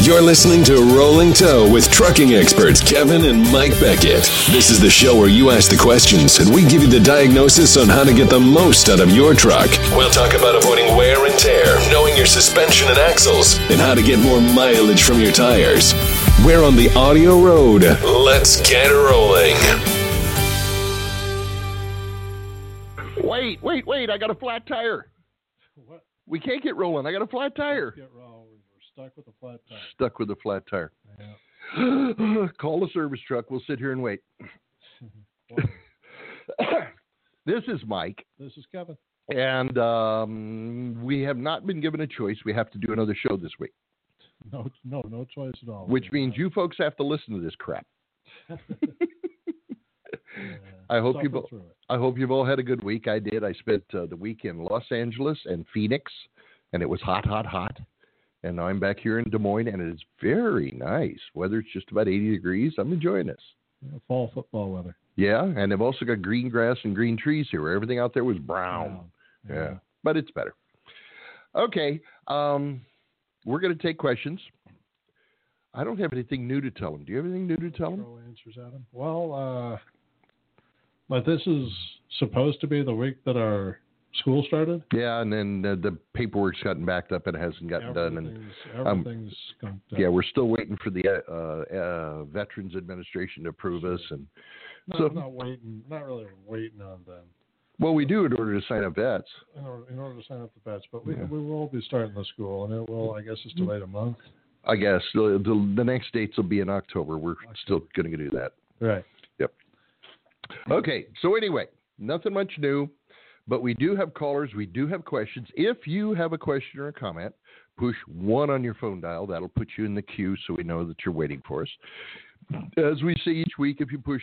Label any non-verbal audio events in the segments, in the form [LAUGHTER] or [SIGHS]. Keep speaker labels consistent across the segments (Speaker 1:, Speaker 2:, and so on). Speaker 1: You're listening to Rolling Toe with trucking experts Kevin and Mike Beckett. This is the show where you ask the questions and we give you the diagnosis on how to get the most out of your truck. We'll talk about avoiding wear and tear, knowing your suspension and axles, and how to get more mileage from your tires. We're on the audio road. Let's get rolling.
Speaker 2: Wait, wait, wait. I got a flat tire.
Speaker 3: What?
Speaker 2: We can't get rolling. I got a flat tire.
Speaker 3: Get wrong. We're stuck with a flat tire.
Speaker 2: Stuck with a flat tire.
Speaker 3: Yeah.
Speaker 2: [GASPS] Call the service truck. We'll sit here and wait.
Speaker 3: Well,
Speaker 2: [COUGHS] This is Mike,
Speaker 3: this is Kevin. [LAUGHS]
Speaker 2: and um, we have not been given a choice. We have to do another show this week,
Speaker 3: No, no, no choice at all.
Speaker 2: which means you folks have to listen to this crap. [LAUGHS]
Speaker 3: Yeah.
Speaker 2: I hope you
Speaker 3: Suffer
Speaker 2: bo-
Speaker 3: through it.
Speaker 2: I hope you've all had a good week. I did. I spent uh, the week in Los Angeles and Phoenix, and it was hot, hot, hot. And now I'm back here in Des Moines, and it is very nice. Weather's just about 80 degrees. I'm enjoying this.
Speaker 3: Yeah, fall football weather.
Speaker 2: Yeah, and they've also got green grass and green trees here. Everything out there was brown.
Speaker 3: Wow.
Speaker 2: Yeah, but it's better. Okay, um, we're going to take questions. I don't have anything new to tell them. Do you have anything new to tell them?
Speaker 3: Throw answers at 'em. Well, uh, but this is supposed to be the week that our school started.
Speaker 2: Yeah, and then uh, the paperwork's gotten backed up and hasn't gotten done. And
Speaker 3: Everything's, everything's skunked up.
Speaker 2: yeah, we're still waiting for the uh, uh, Veterans Administration to approve us. And
Speaker 3: not,
Speaker 2: so-
Speaker 3: not waiting. Not really waiting on them.
Speaker 2: well, we do in order to sign up vets.
Speaker 3: In order, in order to sign up the vets, but we,
Speaker 2: Yeah. Mm-hmm.
Speaker 3: we will be starting the school, and it will, I guess, it's delayed a month.
Speaker 2: I guess the, the, the next dates will be in October. We're still going to do that.
Speaker 3: Right.
Speaker 2: Okay, so anyway, nothing much new, but we do have callers, we do have questions. If you have a question or a comment, push one on your phone dial. That'll put you in the queue so we know that you're waiting for us. As we say each week, if you push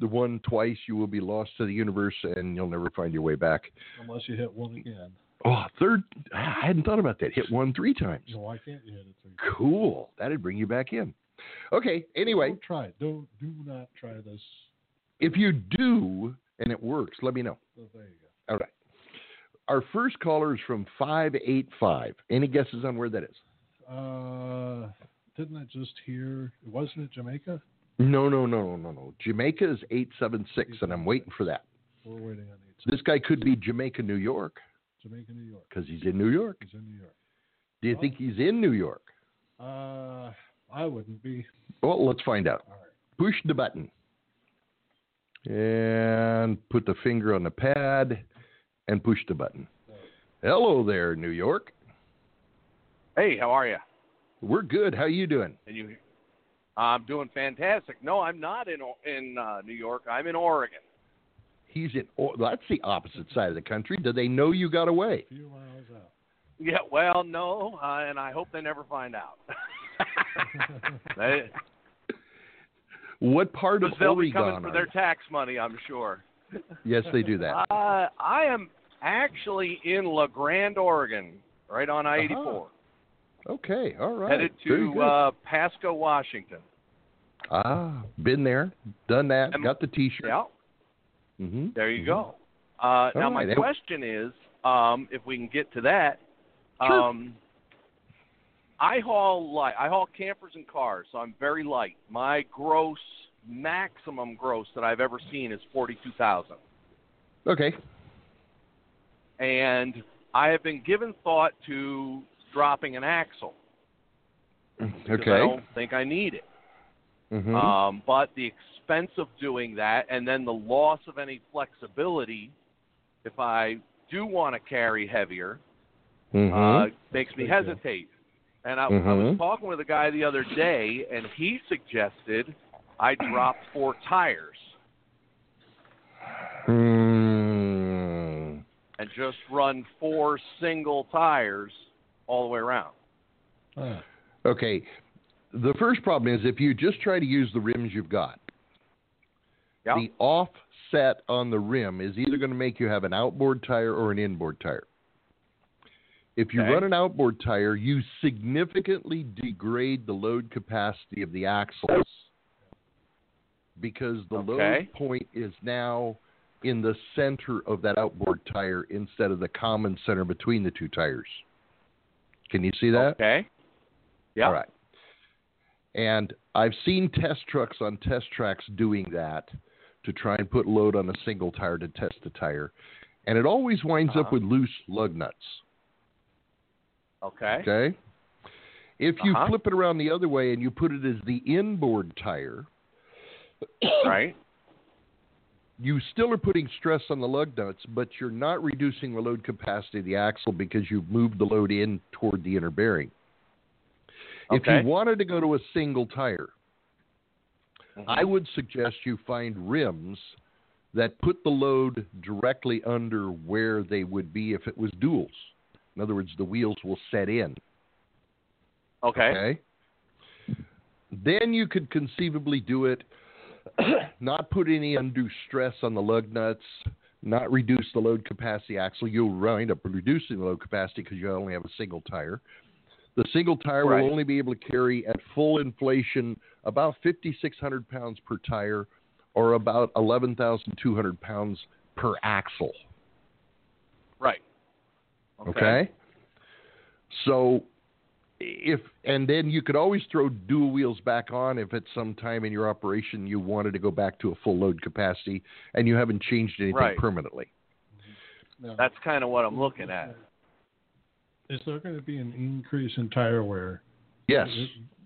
Speaker 2: the one twice, you will be lost to the universe and you'll never find your way back.
Speaker 3: Unless you hit one again.
Speaker 2: Oh, third, I hadn't thought about that. Hit one three times.
Speaker 3: So why can't you hit it three?
Speaker 2: Cool. That'd bring you back in. Okay, anyway,
Speaker 3: Don't try it. Don't do not try this.
Speaker 2: if you do and it works, let me know.
Speaker 3: Oh, there you go.
Speaker 2: All right. Our first caller is from 585. Any guesses on where that is?
Speaker 3: Uh, didn't I just hear? Wasn't it Jamaica?
Speaker 2: No, no, no, no, no, no. Jamaica is 876, and I'm waiting for that.
Speaker 3: We're waiting on eight.
Speaker 2: This guy could be Jamaica, New York,
Speaker 3: Jamaica, New York.
Speaker 2: because he's in New York.
Speaker 3: He's in New York.
Speaker 2: Do you think he's in New York?
Speaker 3: Uh, I wouldn't be.
Speaker 2: Well, let's find out.
Speaker 3: All right.
Speaker 2: Push the button and put the finger on the pad and push the button. Hello there, New York.
Speaker 4: Hey, how are you?
Speaker 2: We're good. How you doing?
Speaker 4: And you? I'm doing fantastic. No, I'm not in O- in uh, New York. I'm in Oregon.
Speaker 2: He's in. Oh, that's the opposite side of the country. Do they know you got away?
Speaker 3: A few miles out.
Speaker 4: Yeah. Well, no, uh, and I hope they never find out. they,
Speaker 2: What part of
Speaker 4: they'll be coming
Speaker 2: Oregon?
Speaker 4: for
Speaker 2: are
Speaker 4: their
Speaker 2: you?
Speaker 4: tax money, I'm sure.
Speaker 2: yes, they do that.
Speaker 4: [LAUGHS] Uh, I am actually in La Grande, Oregon, right on I-84,
Speaker 2: Okay, all Uh-huh. right.
Speaker 4: headed
Speaker 2: Very
Speaker 4: to
Speaker 2: good.
Speaker 4: uh, Pasco, Washington.
Speaker 2: ah, been there, done that,
Speaker 4: Am-
Speaker 2: got the T-shirt.
Speaker 4: Yeah.
Speaker 2: Mm-hmm.
Speaker 4: There you go. Uh, now my
Speaker 2: right.
Speaker 4: question is, um, if we can get to that,
Speaker 2: Sure.
Speaker 4: um, I haul light. I haul campers and cars, so I'm very light. My gross maximum gross that I've ever seen is forty two thousand,
Speaker 2: Okay.
Speaker 4: and I have been given thought to dropping an axle because I
Speaker 2: Okay.
Speaker 4: don't think I need it.
Speaker 2: hmm
Speaker 4: Um, but the expense of doing that and then the loss of any flexibility if I do want to carry heavier uh,
Speaker 2: Mm-hmm.
Speaker 4: makes me
Speaker 3: Thank you.
Speaker 4: hesitate. And I, I was
Speaker 2: Mhm.
Speaker 4: talking with a guy the other day, and he suggested I drop four tires
Speaker 2: hmm
Speaker 4: and just run four single tires all the way around.
Speaker 3: Ah,
Speaker 2: Okay. The first problem is if you just try to use the rims you've got,
Speaker 4: Yeah.
Speaker 2: the offset on the rim is either going to make you have an outboard tire or an inboard tire. If you
Speaker 4: Okay.
Speaker 2: run an outboard tire, you significantly degrade the load capacity of the axles because the
Speaker 4: Okay.
Speaker 2: load point is now in the center of that outboard tire instead of the common center between the two tires. Can you see that?
Speaker 4: Okay. Yeah.
Speaker 2: All right. And I've seen test trucks on test tracks doing that to try and put load on a single tire to test the tire. And it always winds up
Speaker 4: Uh-huh.
Speaker 2: with loose lug nuts.
Speaker 4: Okay.
Speaker 2: Okay? If you
Speaker 4: Uh-huh.
Speaker 2: flip it around the other way and you put it as the inboard tire, [COUGHS]
Speaker 4: Right.
Speaker 2: you still are putting stress on the lug nuts, but you're not reducing the load capacity of the axle because you've moved the load in toward the inner bearing. If
Speaker 4: Okay.
Speaker 2: you wanted to go to a single tire,
Speaker 4: Mm-hmm.
Speaker 2: I would suggest you find rims that put the load directly under where they would be if it was duals. In other words, the wheels will set in.
Speaker 4: Okay.
Speaker 2: Okay. Then you could conceivably do it, [CLEARS THROAT] not put any undue stress on the lug nuts, not reduce the load capacity axle. You'll wind up reducing the load capacity because you only have a single tire. The single tire
Speaker 4: Right.
Speaker 2: will only be able to carry at full inflation about 5,600 pounds per tire or about 11,200 pounds per axle.
Speaker 4: Right.
Speaker 2: Okay. So if and then you could always throw dual wheels back on if at some time in your operation you wanted to go back to a full load capacity and you haven't changed anything
Speaker 4: Right.
Speaker 2: permanently.
Speaker 3: Now,
Speaker 4: That's kind of what I'm looking at.
Speaker 3: is there going to be an increase in tire wear?
Speaker 2: Yes.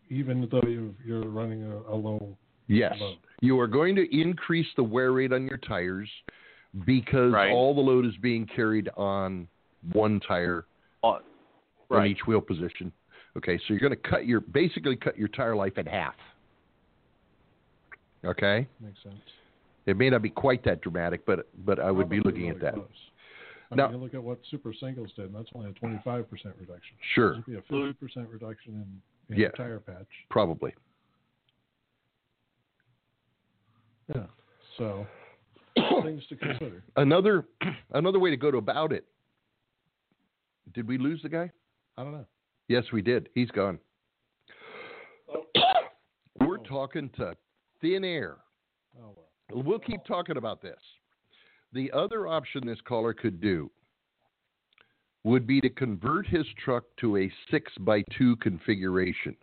Speaker 3: Even though you you're running a, a low
Speaker 2: Yes.
Speaker 3: load.
Speaker 2: You are going to increase the wear rate on your tires because
Speaker 4: Right.
Speaker 2: all the load is being carried on one tire
Speaker 3: Uh,
Speaker 4: Oh,
Speaker 2: on
Speaker 4: right.
Speaker 2: each wheel position. Okay, so you're going to cut your basically cut your tire life in half. Okay?
Speaker 3: Makes sense.
Speaker 2: It may not be quite that dramatic, but but I would be
Speaker 3: Probably
Speaker 2: looking at
Speaker 3: really
Speaker 2: that.
Speaker 3: close. I
Speaker 2: Now-
Speaker 3: mean, you look at what Super Singles did, and that's only a 25% reduction. This
Speaker 2: Sure,
Speaker 3: would be a 50% reduction in, in
Speaker 2: Yeah.
Speaker 3: tire patch.
Speaker 2: [COUGHS] probably.
Speaker 3: Yeah. So, things to consider.
Speaker 2: Another [CLEARS THROAT] another way to go to about it. Did we lose the guy?
Speaker 3: I don't know.
Speaker 2: Yes, we did. He's gone. We're
Speaker 3: Oh.
Speaker 2: talking to thin air.
Speaker 3: Oh, well.
Speaker 2: We'll keep talking about this. The other option this caller could do would be to convert his truck to a 6 by 2 configuration.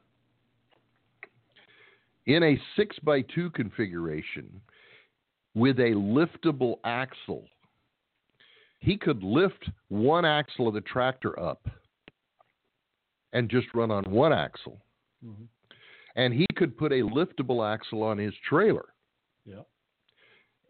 Speaker 2: In a 6 by 2 configuration with a liftable axle, he could lift one axle of the tractor up and just run on one axle.
Speaker 3: Mhm.
Speaker 2: And he could put a liftable axle on his trailer.
Speaker 3: Yeah.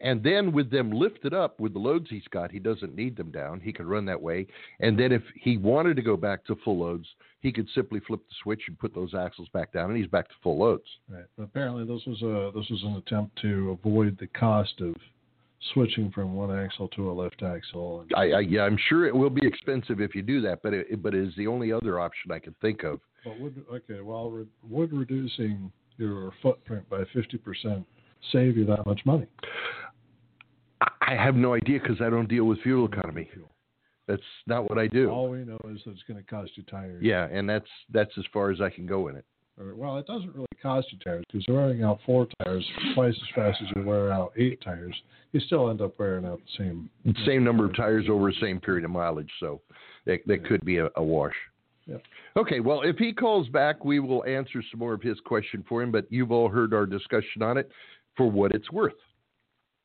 Speaker 2: And then with them lifted up with the loads he's got, he doesn't need them down. He could run that way. And then if he wanted to go back to full loads, he could simply flip the switch and put those axles back down, and he's back to full loads.
Speaker 3: Right. But apparently, this was a this was an attempt to avoid the cost of switching from one axle to a left axle. And,
Speaker 2: I, I yeah, I'm sure it will be expensive if you do that, but it, but it is the only other option I can think of.
Speaker 3: but would okay, while re, would reducing your footprint by 50% save you that much money?
Speaker 2: I- I have no idea because I don't deal with fuel economy.
Speaker 3: Fuel.
Speaker 2: That's not what I do.
Speaker 3: All we know is that it's going to cost you tires.
Speaker 2: Yeah, and that's that's as far as I can go in it.
Speaker 3: Or, well, it doesn't really cost you tires because you're wearing out four tires twice as fast as you wear out eight tires. You still end up wearing out the same.
Speaker 2: same number of tires over the same period of mileage, so that, that could be a, a wash.
Speaker 3: Yep.
Speaker 2: Okay, well, if he calls back, we will answer some more of his question for him, but you've all heard our discussion on it for what it's worth.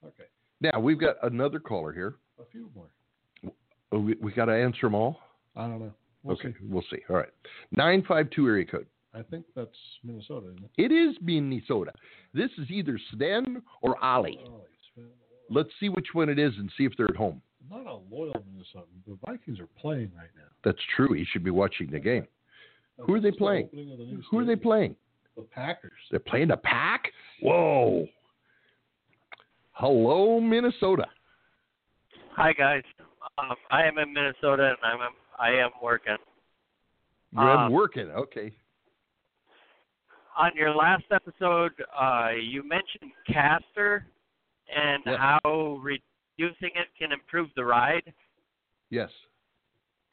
Speaker 3: Okay,
Speaker 2: Now, we've got another caller here.
Speaker 3: a few more.
Speaker 2: Oh, We, we got to answer them all?
Speaker 3: I don't know. We'll
Speaker 2: okay,
Speaker 3: see.
Speaker 2: we'll see. All right. 952 area code.
Speaker 3: I think that's Minnesota, isn't it?
Speaker 2: It is Minnesota. This is either Sven or Ollie.
Speaker 3: Oh, it's been-
Speaker 2: Let's see which one it is and see if they're at home.
Speaker 3: not a loyal Minnesota. The Vikings are playing right now.
Speaker 2: That's true. He should be watching the game. Who are they
Speaker 3: That's the
Speaker 2: playing?
Speaker 3: opening of the new
Speaker 2: Who are they
Speaker 3: stadium.
Speaker 2: playing?
Speaker 3: The Packers.
Speaker 2: They're playing the pack? Whoa. Hello, Minnesota.
Speaker 5: Hi guys, um, I am in Minnesota and I'm I am working.
Speaker 2: You're
Speaker 5: Ah.
Speaker 2: working. Okay.
Speaker 5: On your last episode, uh, you mentioned caster and
Speaker 2: Yeah.
Speaker 5: how reducing it can improve the ride.
Speaker 2: Yes.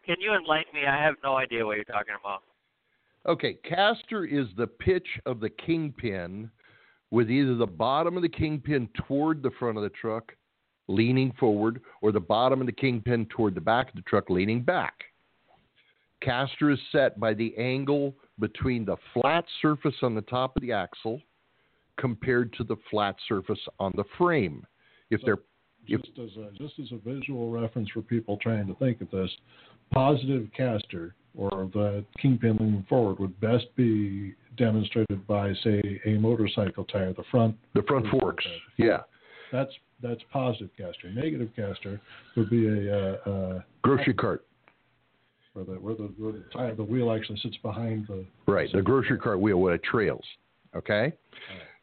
Speaker 5: Can you enlighten me? I have no idea what you're talking about.
Speaker 2: Okay. Caster is the pitch of the kingpin with either the bottom of the kingpin toward the front of the truck, leaning forward, or the bottom of the kingpin toward the back of the truck, leaning back. Caster is set by the angle between the flat surface on the top of the axle compared to the flat surface on the frame. If they're
Speaker 3: Just as a just as a visual reference for people trying to think of this, positive caster or the kingpin leaning forward would best be demonstrated by say a motorcycle tire, the front.
Speaker 2: the front forks, yeah,
Speaker 3: That's that's positive caster. Negative caster would be a uh, uh,
Speaker 2: grocery cart,
Speaker 3: where the where the where the tire the wheel actually sits behind the
Speaker 2: right? The grocery cart wheel with it trails. Okay.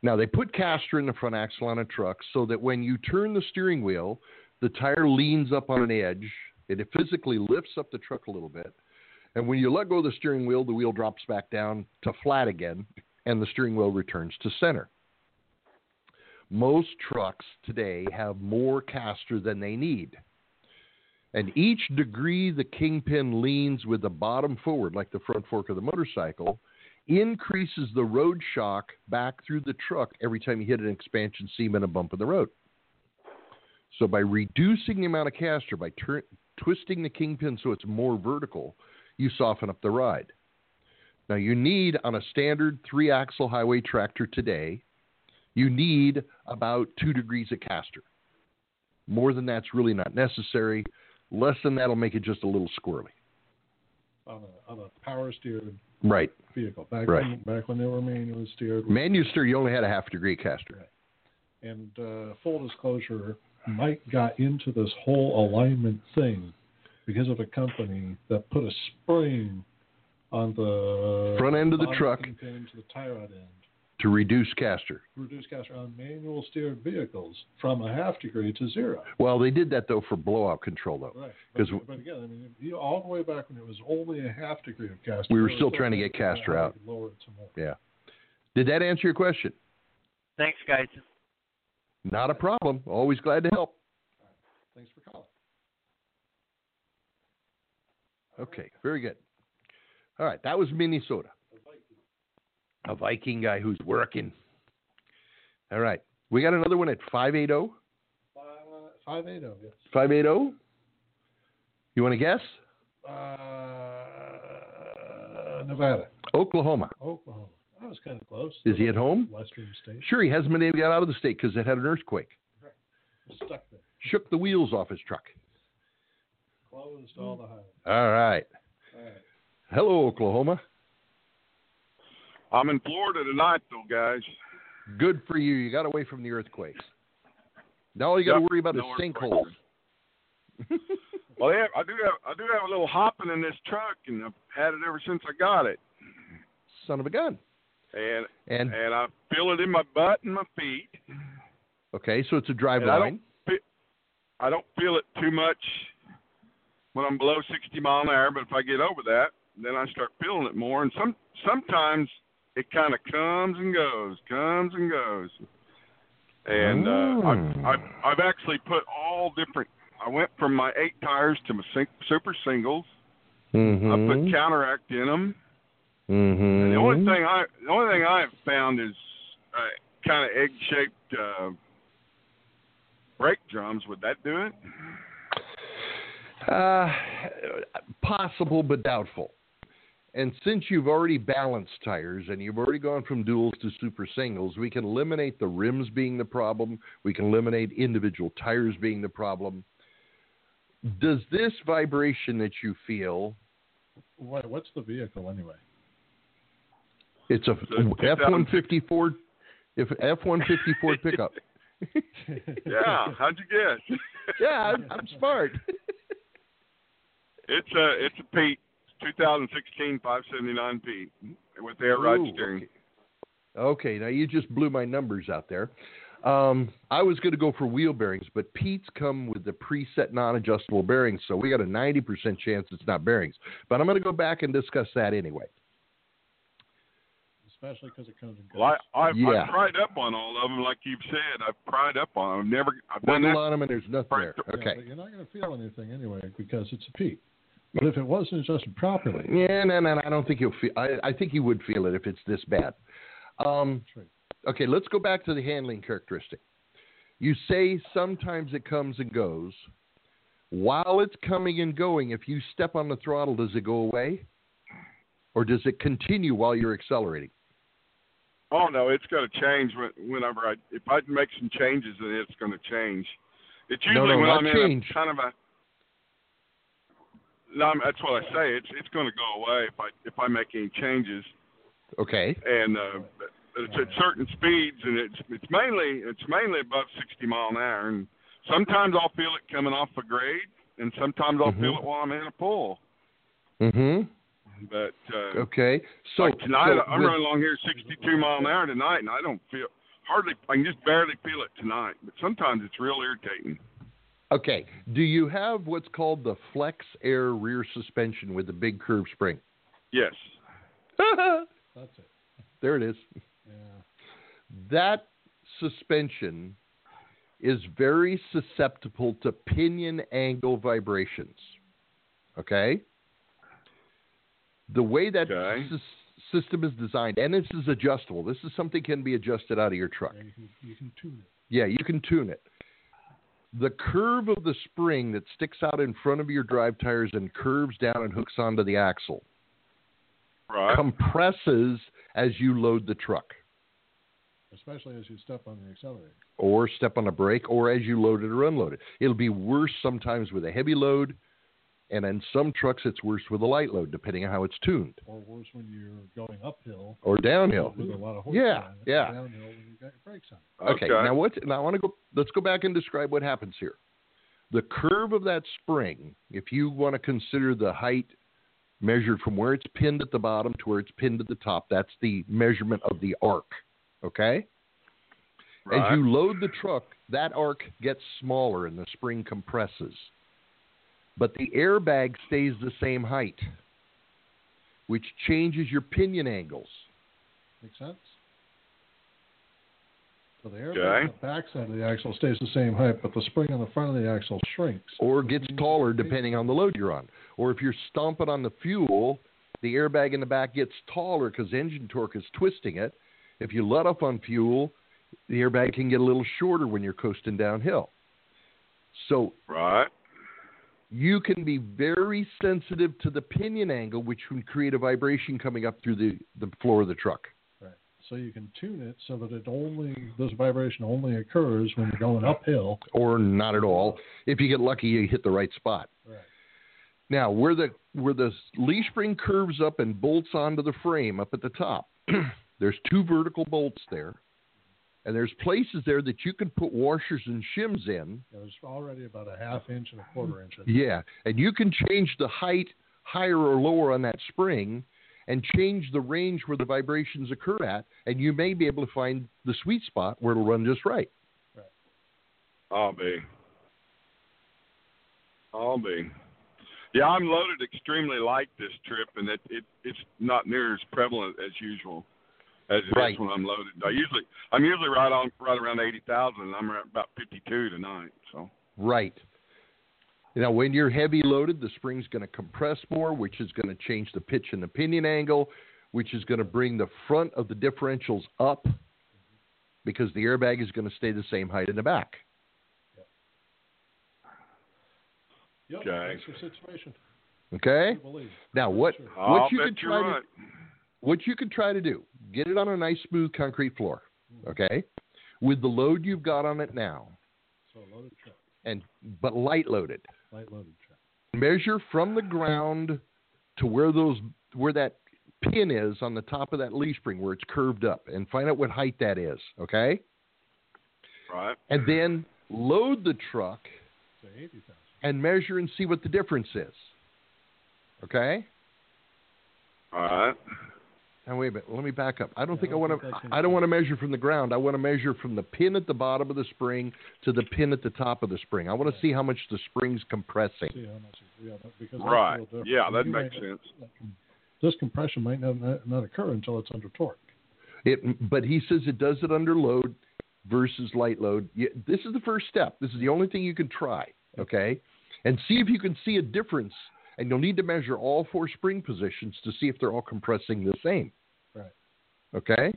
Speaker 2: Now they put caster in the front axle on a truck so that when you turn the steering wheel, the tire leans up on an edge. It physically lifts up the truck a little bit. And when you let go of the steering wheel, the wheel drops back down to flat again, and the steering wheel returns to center. Most trucks today have more caster than they need. And each degree the kingpin leans with the bottom forward, like the front fork of the motorcycle, increases the road shock back through the truck every time you hit an expansion seam and a bump in the road. So by reducing the amount of caster, by tur- twisting the kingpin so it's more vertical, you soften up the ride. Now you need on a standard three-axle highway tractor today, you need about two degrees of caster. More than that's really not necessary. Less than that'll make it just a little squirrely.
Speaker 3: on a on a power steered
Speaker 2: Right.
Speaker 3: vehicle. Back
Speaker 2: Right.
Speaker 3: when, back when they were manually steered.
Speaker 2: Manual steer, you only had a half degree caster.
Speaker 3: And uh, full disclosure, Mike got into this whole alignment thing because of a company that put a spring on the
Speaker 2: Front end of the
Speaker 3: bottom
Speaker 2: truck.
Speaker 3: kingpin to the tie rod end.
Speaker 2: To reduce caster.
Speaker 3: Reduce caster on manual steered vehicles from a half degree to zero.
Speaker 2: Well, they did that though for blowout control though.
Speaker 3: Right.
Speaker 2: 'Cause
Speaker 3: But,
Speaker 2: w-
Speaker 3: but again, I mean, you- all the way back when it was only a half degree of caster.
Speaker 2: We were
Speaker 3: they
Speaker 2: still trying to get
Speaker 3: figuring
Speaker 2: caster
Speaker 3: how
Speaker 2: out.
Speaker 3: they could Lower it some more.
Speaker 2: Did that answer your question?
Speaker 5: Thanks, guys.
Speaker 2: Not a problem. Always glad to help.
Speaker 3: Thanks for calling.
Speaker 2: Okay, very good. All right, that was Minnesota. A Viking guy who's working. All right, we got another one at oh. 580.
Speaker 3: Five eight oh yes.
Speaker 2: 580? You want to guess?
Speaker 3: Uh, Nevada,
Speaker 2: Oklahoma.
Speaker 3: Oklahoma. That was kind of close.
Speaker 2: Is he at home?
Speaker 3: Western state.
Speaker 2: Sure, he hasn't been able to get out of the state because it had an earthquake.
Speaker 3: Stuck there.
Speaker 2: Shook the wheels off his truck.
Speaker 3: Closed all the highways.
Speaker 2: All right.
Speaker 3: All right.
Speaker 2: Hello, Oklahoma.
Speaker 6: I'm in Florida tonight, though, guys.
Speaker 2: Good for you. You got away from the earthquakes. Now all you got to
Speaker 6: Yep,
Speaker 2: worry about
Speaker 6: no
Speaker 2: is
Speaker 6: earthquakes.
Speaker 2: sinkholes.
Speaker 6: Well, Oh, yeah, I do have I do have a little hopping in this truck, and I've had it ever since I got it,
Speaker 2: Son of a gun.
Speaker 6: and
Speaker 2: And
Speaker 6: and I feel it in my butt and my feet.
Speaker 2: okay, so it's a drive
Speaker 6: And I
Speaker 2: line.
Speaker 6: I don't feel it too much when I'm below 60 mile an hour, but if I get over that, then I start feeling it more. And some sometimes it kind of comes and goes, comes and goes. And uh, I've,
Speaker 2: Mm.
Speaker 6: I've I've actually put all different. I went from my eight tires to my sing- super singles.
Speaker 2: Mm-hmm.
Speaker 6: I
Speaker 7: Hmm.
Speaker 6: put counteract in them. And the only thing I the only thing I have found is uh, kind of egg shaped uh, brake drums. Would that do it?
Speaker 2: Uh, possible but doubtful. And since you've already balanced tires and you've already gone from duals to super singles, we can eliminate the rims being the problem. We can eliminate individual tires being the problem. Does this vibration that you feel?
Speaker 3: Wait, what's the vehicle anyway?
Speaker 2: It's a
Speaker 6: a-
Speaker 2: F one fifty Ford, if F one fifty Ford pickup. [LAUGHS]
Speaker 6: Yeah. How'd you guess?
Speaker 2: Yeah, I'm, I'm smart.
Speaker 6: It's a it's a Pete 2016 579 Pete with air ride
Speaker 2: Ooh,
Speaker 6: steering.
Speaker 2: Okay. okay, now you just blew my numbers out there. Um, I was going to go for wheel bearings, but Pete's come with the preset non-adjustable bearings, so we got a 90% chance it's not bearings. But I'm going to go back and discuss that anyway.
Speaker 3: Especially because it comes and goes.
Speaker 6: Well, I, I've,
Speaker 2: Yeah.
Speaker 6: I've pried up on all of them, like you've said. I've pried up on them. I've never I've done
Speaker 2: Wiggle
Speaker 6: that.
Speaker 2: on them and there's nothing there.
Speaker 6: Yeah,
Speaker 3: Yeah,
Speaker 2: Okay.
Speaker 3: but you're not going to feel anything anyway because it's a peak. But if it wasn't adjusted
Speaker 2: [LAUGHS]
Speaker 3: properly,
Speaker 2: Yeah, no, no, no, I don't think you'll feel. I, I think you would feel it if it's this bad. Um,
Speaker 3: Sure.
Speaker 2: okay, let's go back to the handling characteristic. You say sometimes it comes and goes. While it's coming and going, if you step on the throttle, does it go away, or does it continue while you're accelerating?
Speaker 6: Oh no, it's going to change when, whenever I if I make some changes, then it's going to change. It's usually
Speaker 2: no, no,
Speaker 6: when
Speaker 2: not
Speaker 6: I'm
Speaker 2: change.
Speaker 6: in a kind of a. No, I'm- that's what I say. It's it's going to go away if I if I make any changes
Speaker 2: Okay.
Speaker 6: and uh, it's at certain speeds, and it's it's mainly it's mainly above 60 mile an hour, and sometimes I'll feel it coming off a grade, and sometimes I'll
Speaker 2: Mhm.
Speaker 6: feel it while I'm in a pull.
Speaker 2: Mm-hmm.
Speaker 6: But uh,
Speaker 2: Okay. So
Speaker 6: like tonight,
Speaker 2: so
Speaker 6: I'm
Speaker 2: with-
Speaker 6: running along here 62 mile an hour tonight, and I don't feel hardly. I can just barely feel it tonight, but sometimes it's real irritating.
Speaker 2: Okay. Do you have what's called the flex air rear suspension with the big curve spring?
Speaker 6: Yes.
Speaker 2: there
Speaker 3: That's it.
Speaker 2: it is.
Speaker 3: Yeah.
Speaker 2: That suspension is very susceptible to pinion angle vibrations. Okay? The way that
Speaker 6: Okay.
Speaker 2: sys- system is designed, and this is adjustable, this is something can be adjusted out of your truck.
Speaker 3: yeah you, can, you can tune it.
Speaker 2: Yeah, you can tune it. The curve of the spring that sticks out in front of your drive tires and curves down and hooks onto the axle
Speaker 6: Right.
Speaker 2: compresses as you load the truck
Speaker 3: Especially as you step on the accelerator.
Speaker 2: or step on a brake or as you load it or unload it. It'll be worse sometimes with a heavy load, and in some trucks, it's worse with a light load, depending on how it's tuned
Speaker 3: Or worse when you're going uphill
Speaker 2: or downhill.
Speaker 3: with a lot of horsepower.
Speaker 2: Yeah,
Speaker 3: and
Speaker 2: yeah.
Speaker 3: Downhill when you got your brakes on.
Speaker 2: Okay. Now what? Now I want to go. Let's go back and describe what happens here. The curve of that spring, if you want to consider the height measured from where it's pinned at the bottom to where it's pinned at the top, that's the measurement of the arc. Okay.
Speaker 6: right.
Speaker 2: As you load the truck, that arc gets smaller and the spring compresses. But the airbag stays the same height, which changes your pinion angles.
Speaker 3: Make sense? So the air
Speaker 6: Okay.
Speaker 3: the backside of the axle stays the same height, but the spring on the front of the axle shrinks.
Speaker 2: or gets taller depending on the load you're on. Or if you're stomping on the fuel, the airbag in the back gets taller because engine torque is twisting it. If you let up on fuel, the airbag can get a little shorter when you're coasting downhill. So
Speaker 6: Right.
Speaker 2: you can be very sensitive to the pinion angle, which can create a vibration coming up through the, the floor of the truck.
Speaker 3: Right. So you can tune it so that it only this vibration only occurs when you're
Speaker 6: [CLEARS THROAT]
Speaker 3: going uphill.
Speaker 2: Or not at all. If you get lucky, you hit the right spot.
Speaker 3: Right.
Speaker 2: Now, where the where the leaf spring curves up and bolts onto the frame up at the top, there's two vertical bolts there, and there's places there that you can put washers and shims in.
Speaker 3: There's already about a half inch and a quarter inch. in it.
Speaker 2: Mm-hmm. Yeah, and you can change the height higher or lower on that spring, and change the range where the vibrations occur at, and you may be able to find the sweet spot where it'll run just right.
Speaker 6: I'll be. I'll be. Yeah, I'm loaded extremely light this trip, and it, it it's not near as prevalent as usual as it is
Speaker 2: Right.
Speaker 6: when I'm loaded. I usually I'm usually right on right around eighty thousand, and I'm at about fifty two tonight. So
Speaker 2: Right. Now, when you're heavy loaded, the spring's going to compress more, which is going to change the pitch and the pinion angle, which is going to bring the front of the differentials up because the airbag is going to stay the same height in the back.
Speaker 3: Yep,
Speaker 6: Okay.
Speaker 3: That's your situation.
Speaker 2: Okay.
Speaker 3: I believe.
Speaker 2: Now, what
Speaker 3: Sure.
Speaker 6: I'll
Speaker 2: what you
Speaker 6: bet
Speaker 2: can
Speaker 6: you're
Speaker 2: try to
Speaker 6: right.
Speaker 2: what you can try to do, get it on a nice smooth concrete floor, okay, with the load you've got on it now,
Speaker 3: So loaded truck,
Speaker 2: and but light loaded.
Speaker 3: light loaded truck.
Speaker 2: measure from the ground to where those where that pin is on the top of that leaf spring where it's curved up and find out what height that is okay
Speaker 6: Right.
Speaker 2: and
Speaker 3: Mm-hmm.
Speaker 2: then load the truck
Speaker 3: Say eighty thousand.
Speaker 2: and measure and see what the difference is okay
Speaker 6: All right.
Speaker 2: now wait a minute let me back up i don't
Speaker 3: Yeah, I
Speaker 2: think i
Speaker 3: don't
Speaker 2: want
Speaker 3: think
Speaker 2: to
Speaker 3: I can-
Speaker 2: i don't want to measure from the ground i want to measure from the pin at the bottom of the spring to the pin at the top of the spring i want to see how much the spring's compressing
Speaker 3: See how much. Yeah, that- because that's a
Speaker 6: Right.
Speaker 3: little different.
Speaker 6: Yeah, that
Speaker 3: You
Speaker 6: makes
Speaker 3: might-
Speaker 6: sense.
Speaker 3: This compression might not, not not occur until it's under torque.
Speaker 2: It, but he says it does it under load versus light load. You- This is the first step. This is the only thing you can try, okay? And see if you can see a difference. And you'll need to measure all four spring positions to see if they're all compressing the same.
Speaker 3: Right.
Speaker 2: Okay?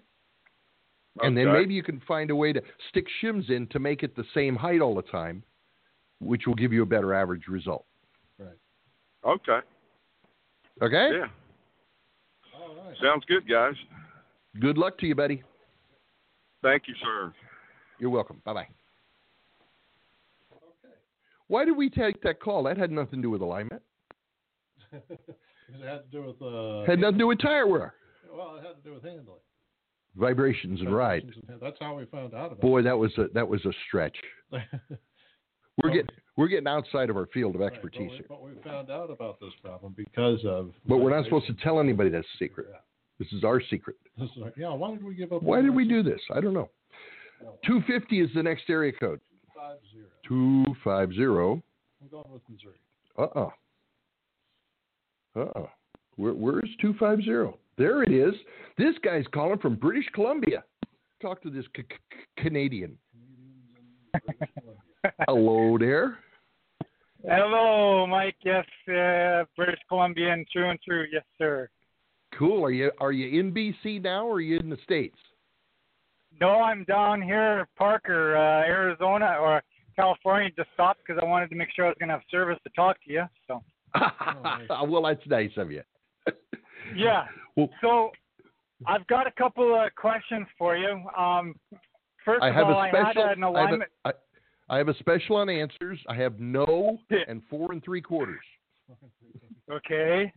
Speaker 2: And then
Speaker 6: Okay.
Speaker 2: maybe you can find a way to stick shims in to make it the same height all the time, which will give you a better average result.
Speaker 6: Okay.
Speaker 2: Okay?
Speaker 6: Yeah.
Speaker 3: right.
Speaker 6: Sounds good, guys.
Speaker 2: Good luck to you, buddy.
Speaker 6: Thank you, sir.
Speaker 2: You're welcome. Bye bye. Why did we take that call? That had nothing to do with alignment.
Speaker 3: [LAUGHS] it had to do with uh,
Speaker 2: Had nothing to do with tire wear,
Speaker 3: [LAUGHS] well, it had to do with handling.
Speaker 2: vibrations and ride.
Speaker 3: That's how we found out about
Speaker 2: Boy, that was a that was a stretch.
Speaker 3: it. [LAUGHS]
Speaker 2: We're
Speaker 3: Okay.
Speaker 2: getting we're getting outside of our field of
Speaker 3: Right,
Speaker 2: expertise
Speaker 3: but, we,
Speaker 2: here.
Speaker 3: but we found out about this problem because of.
Speaker 2: But we're not supposed to tell anybody that's a secret. This is our secret.
Speaker 3: This is like, [LAUGHS] yeah, why did we give up?
Speaker 2: Why
Speaker 3: on
Speaker 2: did we
Speaker 3: that?
Speaker 2: do this? I don't know. 250 is the next area code.
Speaker 3: Five zero.
Speaker 2: 250.
Speaker 3: I'm going with Missouri.
Speaker 2: Uh-uh. Uh-uh. Where, where is 250? There it is. This guy's calling from British Columbia. Talk to this c- c- Canadian. Hello there.
Speaker 8: Hello, Mike. Yes, uh, British Columbian through and through. Yes, sir.
Speaker 2: Cool. Are you are you in BC now or are you in the States?
Speaker 8: No, I'm down here, Parker, uh, Arizona or California. Just stopped because I wanted to make sure I was going to have service to talk to you. So
Speaker 7: Mm-hmm.
Speaker 3: nice.
Speaker 2: well, that's nice of you.
Speaker 8: [LAUGHS] yeah.
Speaker 2: [LAUGHS] Well-
Speaker 8: so I've got a couple of questions for you. Um, first
Speaker 2: I
Speaker 8: of
Speaker 2: have
Speaker 8: all,
Speaker 2: a
Speaker 8: I had
Speaker 2: special.
Speaker 8: an
Speaker 2: I have
Speaker 8: alignment.
Speaker 2: a- I- I have a special on answers. I have no
Speaker 8: Yeah.
Speaker 2: and four and three quarters.
Speaker 8: Okay.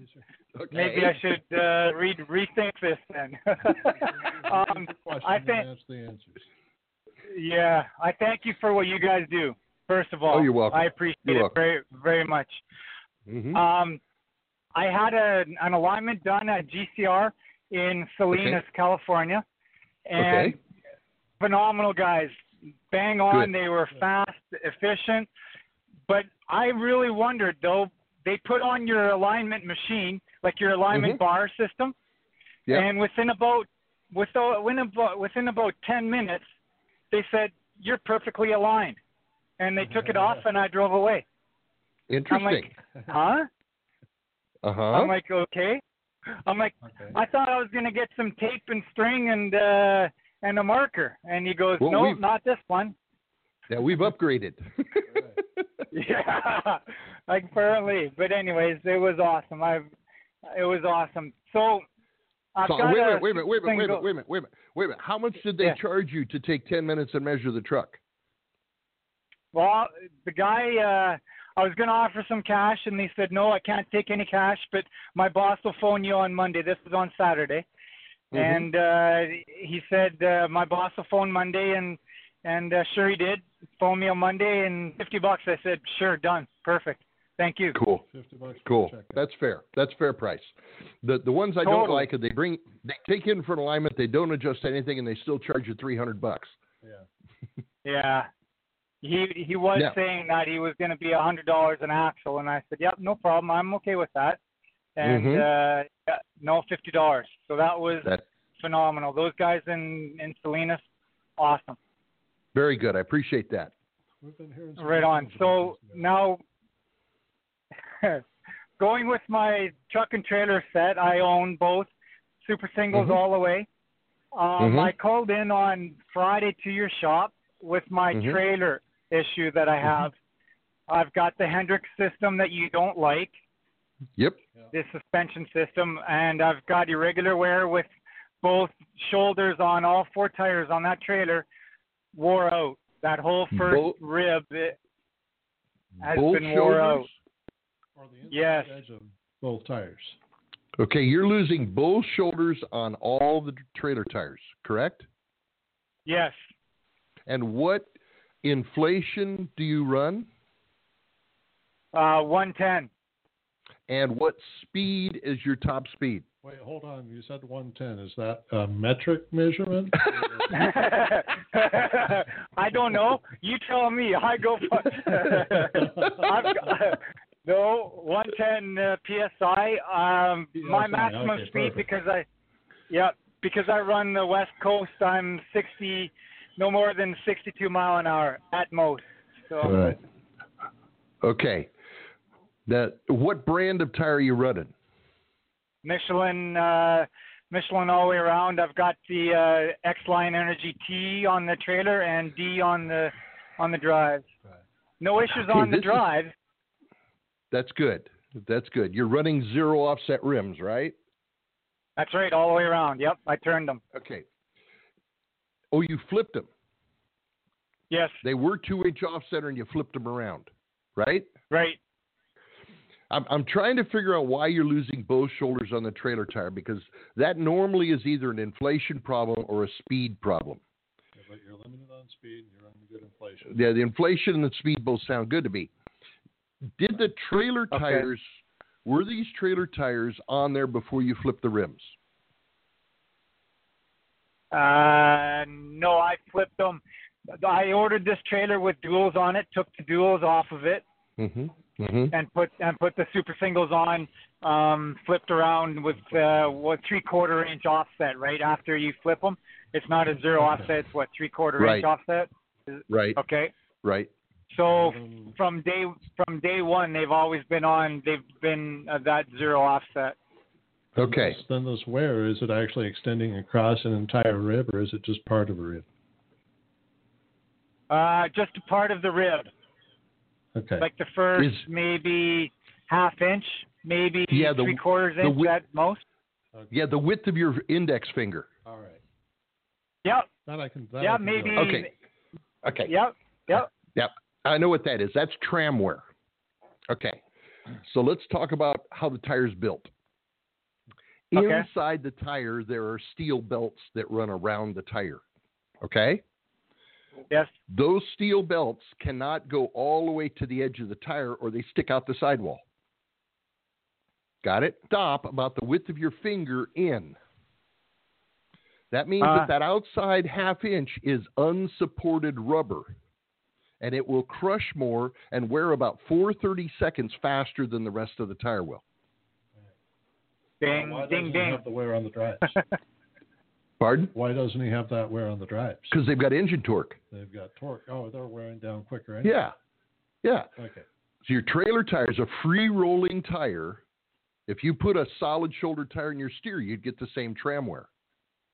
Speaker 2: Okay.
Speaker 8: Maybe I should uh, read rethink this
Speaker 2: [LAUGHS]
Speaker 8: then. [LAUGHS] um,
Speaker 3: Question
Speaker 8: I
Speaker 3: and
Speaker 8: think
Speaker 3: That's the answers.
Speaker 8: Yeah, I thank you for what you guys do. First of all,
Speaker 2: Oh, you're welcome.
Speaker 8: I appreciate
Speaker 2: You're
Speaker 8: it
Speaker 2: welcome.
Speaker 8: very, very much.
Speaker 2: Mhm.
Speaker 8: Um, I had a, an alignment done at GCR in Salinas, California, and
Speaker 2: okay.
Speaker 8: phenomenal guys, bang on.
Speaker 2: Good.
Speaker 8: They were fast, efficient, but I really wondered though. They put on your alignment machine, like your alignment
Speaker 2: Mhm.
Speaker 8: bar system,
Speaker 2: Yeah.
Speaker 8: and within about within within about, within about ten minutes, they said you're perfectly aligned, and they took it off, and I drove
Speaker 2: [LAUGHS]
Speaker 8: away.
Speaker 2: Interesting.
Speaker 8: Huh?
Speaker 2: uh huh.
Speaker 8: I'm like, okay. I'm like,
Speaker 3: Okay.
Speaker 8: I thought I was gonna get some tape and string and uh and a marker, and he goes,
Speaker 2: Well,
Speaker 8: no,
Speaker 2: we've-
Speaker 8: not this one. [LAUGHS]
Speaker 2: yeah, we've upgraded.
Speaker 8: yeah, like apparently. But anyways, it was awesome. I, it was awesome. So I've
Speaker 2: So,
Speaker 8: got
Speaker 2: wait a
Speaker 8: a
Speaker 2: minute. Wait a minute. Wait a minute. Wait a minute.
Speaker 8: single-
Speaker 2: Wait a minute. Wait a minute. Wait a minute. How much did they
Speaker 8: Yeah.
Speaker 2: charge you to take ten minutes and measure the truck?
Speaker 8: Well, the guy, uh, I was going to offer some cash, and they said, no, I can't take any cash, but my boss will phone you on Monday. This was on Saturday.
Speaker 2: Mm-hmm.
Speaker 8: And uh, he said, uh, my boss will phone Monday, and, and uh, sure he did. Phone me on Monday, and 50 bucks. I said, sure, done. Perfect. Thank you.
Speaker 2: Cool.
Speaker 3: Fifty bucks. for
Speaker 2: Cool.
Speaker 3: the checkout.
Speaker 2: That's fair. That's fair price. The the ones I don't
Speaker 8: Totally.
Speaker 2: like are they bring they take in for an alignment, they don't adjust anything, and they still charge you three hundred bucks.
Speaker 3: yeah.
Speaker 8: Yeah. He he was
Speaker 2: Yeah.
Speaker 8: saying that he was going to be a hundred dollars an axle, and I said, "Yep, no problem. I'm okay with that." And
Speaker 2: Mhm.
Speaker 8: uh, yeah, no fifty dollars. So that was
Speaker 2: That-
Speaker 8: phenomenal. Those guys in in Salinas, awesome.
Speaker 2: Very good. I appreciate that.
Speaker 3: We've been hearing some
Speaker 8: Right on.
Speaker 3: things
Speaker 8: So
Speaker 3: about this now.
Speaker 8: now, [LAUGHS] going with my truck and trailer set, I own both super singles
Speaker 2: Mhm.
Speaker 8: all the way. Um,
Speaker 2: Mhm.
Speaker 8: I called in on Friday to your shop with my
Speaker 2: Mhm.
Speaker 8: trailer issue that I have. I've got the Hendrix system that you don't like,
Speaker 2: Yep.
Speaker 8: the suspension system, and I've got irregular wear with both shoulders on all four tires on that trailer wore out. That whole first
Speaker 2: Bo-
Speaker 8: rib, it, has
Speaker 2: Both
Speaker 8: been wore
Speaker 2: shoulders?
Speaker 3: Or the inside
Speaker 8: yes.
Speaker 3: edge of both tires.
Speaker 2: Okay, you're losing both shoulders on all the trailer tires, correct?
Speaker 8: Yes.
Speaker 2: And what inflation do you run?
Speaker 8: Uh, 110.
Speaker 2: And what speed is your top speed?
Speaker 3: Wait, hold on. You said 110. Is that a metric measurement?
Speaker 8: [LAUGHS]
Speaker 2: [LAUGHS]
Speaker 8: I don't know. You tell me. I go for.
Speaker 3: [LAUGHS]
Speaker 8: I've got, no, 110 uh, psi. Um, my
Speaker 3: PSI,
Speaker 8: maximum
Speaker 3: okay,
Speaker 8: speed
Speaker 3: perfect.
Speaker 8: because I, yeah, because I run the West Coast. I'm 60, no more than 62 mile an hour at most. So
Speaker 3: right.
Speaker 2: Okay. That what brand of tire are you running?
Speaker 8: Michelin, uh, Michelin all the way around. I've got the uh, X Line Energy T on the trailer and D on the on the drive. No issues
Speaker 2: Okay,
Speaker 8: on the
Speaker 2: this is-
Speaker 8: drive.
Speaker 2: That's good. That's good. You're running zero offset rims, right?
Speaker 8: That's right, all the way around. Yep, I turned them.
Speaker 2: Okay. Oh, you flipped them.
Speaker 8: Yes.
Speaker 2: They were two inch off center and you flipped them around, right?
Speaker 8: Right.
Speaker 2: I'm, I'm trying to figure out why you're losing both shoulders on the trailer tire because that normally is either an inflation problem or a speed problem.
Speaker 3: Yeah, but you're limited on speed. You're on good inflation.
Speaker 2: Yeah, the inflation and the speed both sound good to me. Did the trailer tires were these trailer tires on there before you flipped the rims?
Speaker 8: Uh, no, I flipped them. I ordered this trailer with duals on it. Took the duals off of it
Speaker 2: Mm-hmm. Mm-hmm.
Speaker 8: and put and put the super singles on. Um, flipped around with uh, what three quarter inch offset. Right after you flip them, it's not a zero offset. It's what three quarter
Speaker 2: Right.
Speaker 8: inch offset.
Speaker 2: Right.
Speaker 8: Okay.
Speaker 2: Right.
Speaker 8: So
Speaker 2: Mm.
Speaker 8: from day from day one, they've always been on. They've been uh, that zero offset.
Speaker 2: Okay.
Speaker 3: This- then this wear is it actually extending across an entire rib or is it just part of a rib?
Speaker 8: Uh, just a part of the rib,
Speaker 3: Okay.
Speaker 8: like the first
Speaker 2: Is-
Speaker 8: maybe half inch, maybe
Speaker 2: Yeah, the-
Speaker 8: three quarters
Speaker 2: the
Speaker 8: inch
Speaker 2: wi-
Speaker 8: at most.
Speaker 2: Yeah, the width of your index finger.
Speaker 3: All right.
Speaker 8: Yep.
Speaker 3: That I can. That I
Speaker 8: Yeah,
Speaker 3: can do.
Speaker 8: maybe.
Speaker 2: Okay. Okay.
Speaker 8: Yep. Yep.
Speaker 2: I know what that is. That's tram wear. Okay. So let's talk about how the tire's built.
Speaker 8: Okay.
Speaker 2: Inside the tire, there are steel belts that run around the tire. Okay.
Speaker 8: Yes.
Speaker 2: Those steel belts cannot go all the way to the edge of the tire or they stick out the sidewall. Got it? Stop about the width of your finger in. That means
Speaker 8: Ah.
Speaker 3: Uh,
Speaker 2: that that outside half inch is unsupported rubber and it will crush more and wear about 430 seconds faster than the rest of the tire
Speaker 3: [LAUGHS]
Speaker 2: will.
Speaker 8: Ding,
Speaker 3: Why doesn't
Speaker 8: ding,
Speaker 3: he
Speaker 8: ding.
Speaker 3: have the wear on the drives?
Speaker 2: Pardon?
Speaker 3: Why doesn't he have that wear on the drives?
Speaker 2: Because they've got engine torque.
Speaker 3: They've got torque. Oh, they're wearing down quicker. Anyway.
Speaker 2: Yeah. Yeah.
Speaker 3: Okay.
Speaker 2: So your trailer tire is a free rolling tire. If you put a solid shoulder tire in your steer, you'd get the same tram wear.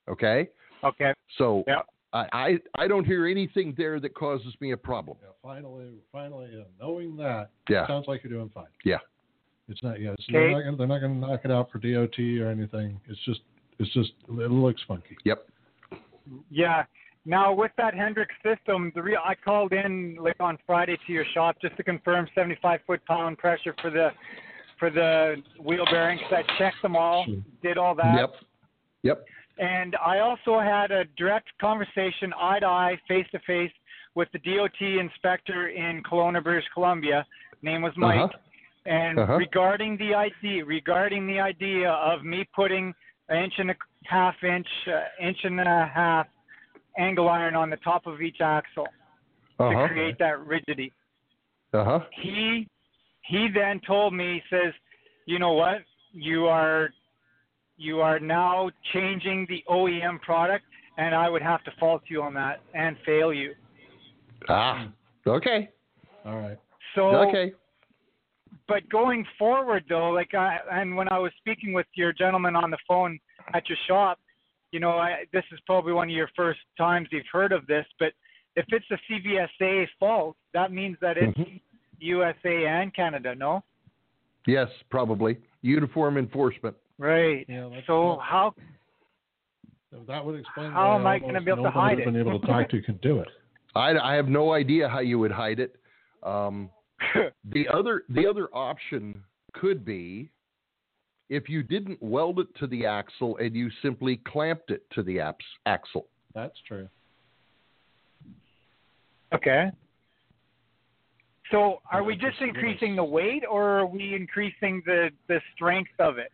Speaker 2: Okay?
Speaker 8: Okay.
Speaker 2: So
Speaker 8: Yep.
Speaker 2: I, I I don't hear anything there that causes me a problem.
Speaker 3: Yeah, finally, finally, uh, knowing that
Speaker 2: Yeah.
Speaker 3: sounds like you're doing fine.
Speaker 2: Yeah.
Speaker 3: It's not. Yeah. It's,
Speaker 8: Okay.
Speaker 3: they're not gonna- they're not going to knock it out for DOT or anything. It's just. It's just. It looks funky.
Speaker 2: Yep.
Speaker 8: Yeah. Now with that Hendrick system, the real I called in like on Friday to your shop just to confirm 75 foot pound pressure for the for the wheel bearings. I checked them all,
Speaker 3: Sure.
Speaker 8: did all that.
Speaker 2: Yep. Yep.
Speaker 8: And I also had a direct conversation, eye to eye, face to face, with the DOT inspector in Kelowna, British Columbia. Name was Mike.
Speaker 2: Uh-huh.
Speaker 8: And
Speaker 2: Uh-huh.
Speaker 8: regarding the idea, regarding the idea of me putting an inch and a half inch, uh, inch and a half angle iron on the top of each axle
Speaker 2: Uh-huh.
Speaker 8: to create that rigidity
Speaker 2: Uh-huh.
Speaker 8: he he then told me he says you know what you are you are now changing the OEM product and I would have to fault you on that and fail you
Speaker 2: Ah. Okay.
Speaker 3: Hmm. All right.
Speaker 8: so
Speaker 2: Okay.
Speaker 8: but going forward though like I, and when I was speaking with your gentleman on the phone at your shop you know I, this is probably one of your first times you've heard of this but if it's a CVSA fault that means that it's USA and Canada no
Speaker 2: Yes, probably. Uniform enforcement.
Speaker 8: right
Speaker 3: Yeah, that's-
Speaker 8: so
Speaker 3: that's-
Speaker 8: how
Speaker 3: So That would explain.
Speaker 8: How
Speaker 3: why
Speaker 8: am I gonna
Speaker 3: almost
Speaker 8: be able to
Speaker 3: nobody
Speaker 8: hide
Speaker 3: we've
Speaker 8: it?
Speaker 3: Been able to talk to can do it.
Speaker 8: [LAUGHS]
Speaker 2: I, I have no idea how you would hide it. Um,
Speaker 8: [LAUGHS]
Speaker 2: the other the other option could be if you didn't weld it to the axle and you simply clamped it to the aps, axle.
Speaker 3: That's true.
Speaker 8: Okay. So are
Speaker 3: Yeah,
Speaker 8: we
Speaker 3: just
Speaker 8: just
Speaker 3: give
Speaker 8: increasing
Speaker 3: us-
Speaker 8: the weight or are we increasing the, the strength of it?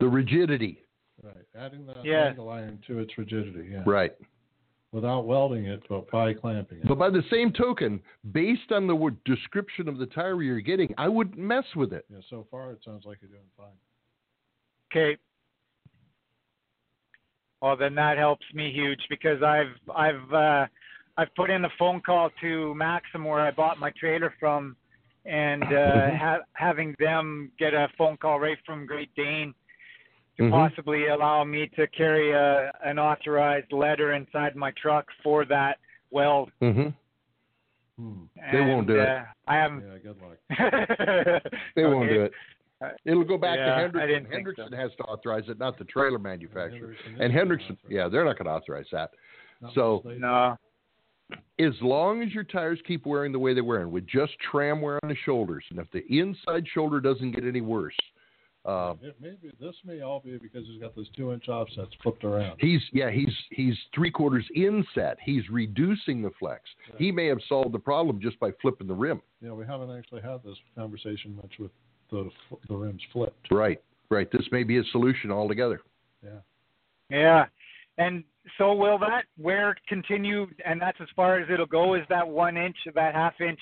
Speaker 2: The rigidity.
Speaker 3: Right. Adding that
Speaker 8: Yeah.
Speaker 3: angle iron to its rigidity. Yeah.
Speaker 2: Right.
Speaker 3: Without welding it, but by clamping it.
Speaker 2: But by the same token, based on the word description of the tire you're getting, I wouldn't mess with it.
Speaker 3: yeah. So far, it sounds like you're doing fine.
Speaker 8: Okay. Well then that helps me huge because I've I've uh I've put in a phone call to Maxim where I bought my trailer from and uh
Speaker 3: Mm-hmm.
Speaker 8: ha- having them get a phone call right from Great Dane to
Speaker 2: Mhm.
Speaker 3: Mm-hmm.
Speaker 8: possibly allow me to carry a an authorized letter inside my truck for that weld
Speaker 2: Mm-hmm.
Speaker 3: Hmm.
Speaker 2: They won't
Speaker 8: And,
Speaker 2: do it.
Speaker 8: uh, I haven't. [LAUGHS]
Speaker 3: Yeah. Good luck.
Speaker 2: They won't
Speaker 8: Okay.
Speaker 2: do it. It'll go back
Speaker 8: Yeah, I
Speaker 2: to Hendrickson.
Speaker 8: didn't think
Speaker 2: Hendrickson
Speaker 8: so.
Speaker 2: has to authorize it, not the trailer manufacturer.
Speaker 3: Hendrickson
Speaker 2: And
Speaker 3: is gonna
Speaker 2: Hendrickson,
Speaker 3: authorize
Speaker 2: yeah, they're not going to authorize that.
Speaker 3: Not
Speaker 2: so-
Speaker 3: unless they-
Speaker 8: No.
Speaker 2: As long as your tires keep wearing the way they're wearing, with just tram wear on the shoulders, and if the inside shoulder doesn't get any worse, uh,
Speaker 3: It may be, this may all be because he's got those two inch offsets flipped around.
Speaker 2: He's yeah, he's he's three quarters inset. He's reducing the flex. He may have solved the problem just by flipping the rim.
Speaker 3: Yeah, we haven't actually had this conversation much with the fl- the rims flipped.
Speaker 2: Right, right. This may be a solution altogether.
Speaker 8: Yeah. And so will that wear continue? And that's as far as it'll go. Is that one inch, that half inch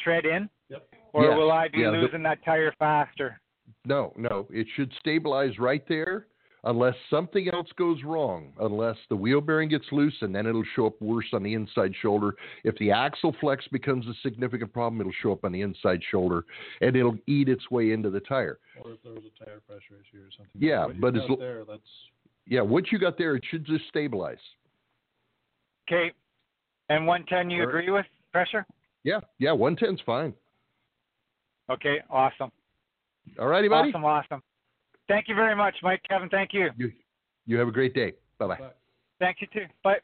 Speaker 8: tread in?
Speaker 3: Yep.
Speaker 8: Or
Speaker 2: Yes.
Speaker 8: will I be
Speaker 2: Yeah, the-
Speaker 8: losing that tire faster?
Speaker 2: No, no. It should stabilize right there, unless something else goes wrong. Unless the wheel bearing gets loose, and then it'll show up worse on the inside shoulder. If the axle flex becomes a significant problem, it'll show up on the inside shoulder, and it'll eat its way into the tire.
Speaker 3: Or if there was a tire pressure issue or something.
Speaker 2: Yeah,
Speaker 3: What you've
Speaker 2: but as
Speaker 3: got
Speaker 2: l-
Speaker 3: there, that's
Speaker 2: Yeah, what you got there, it should just stabilize.
Speaker 8: Okay. And 110, you
Speaker 2: Or-
Speaker 8: agree with pressure?
Speaker 2: Yeah, yeah. One ten's fine.
Speaker 8: Okay. Awesome.
Speaker 2: All righty, buddy.
Speaker 8: Awesome. Awesome. Thank you very much, Mike, Kevin. Thank you.
Speaker 2: You, you have a great day. Bye bye.
Speaker 8: Thank you too. Bye.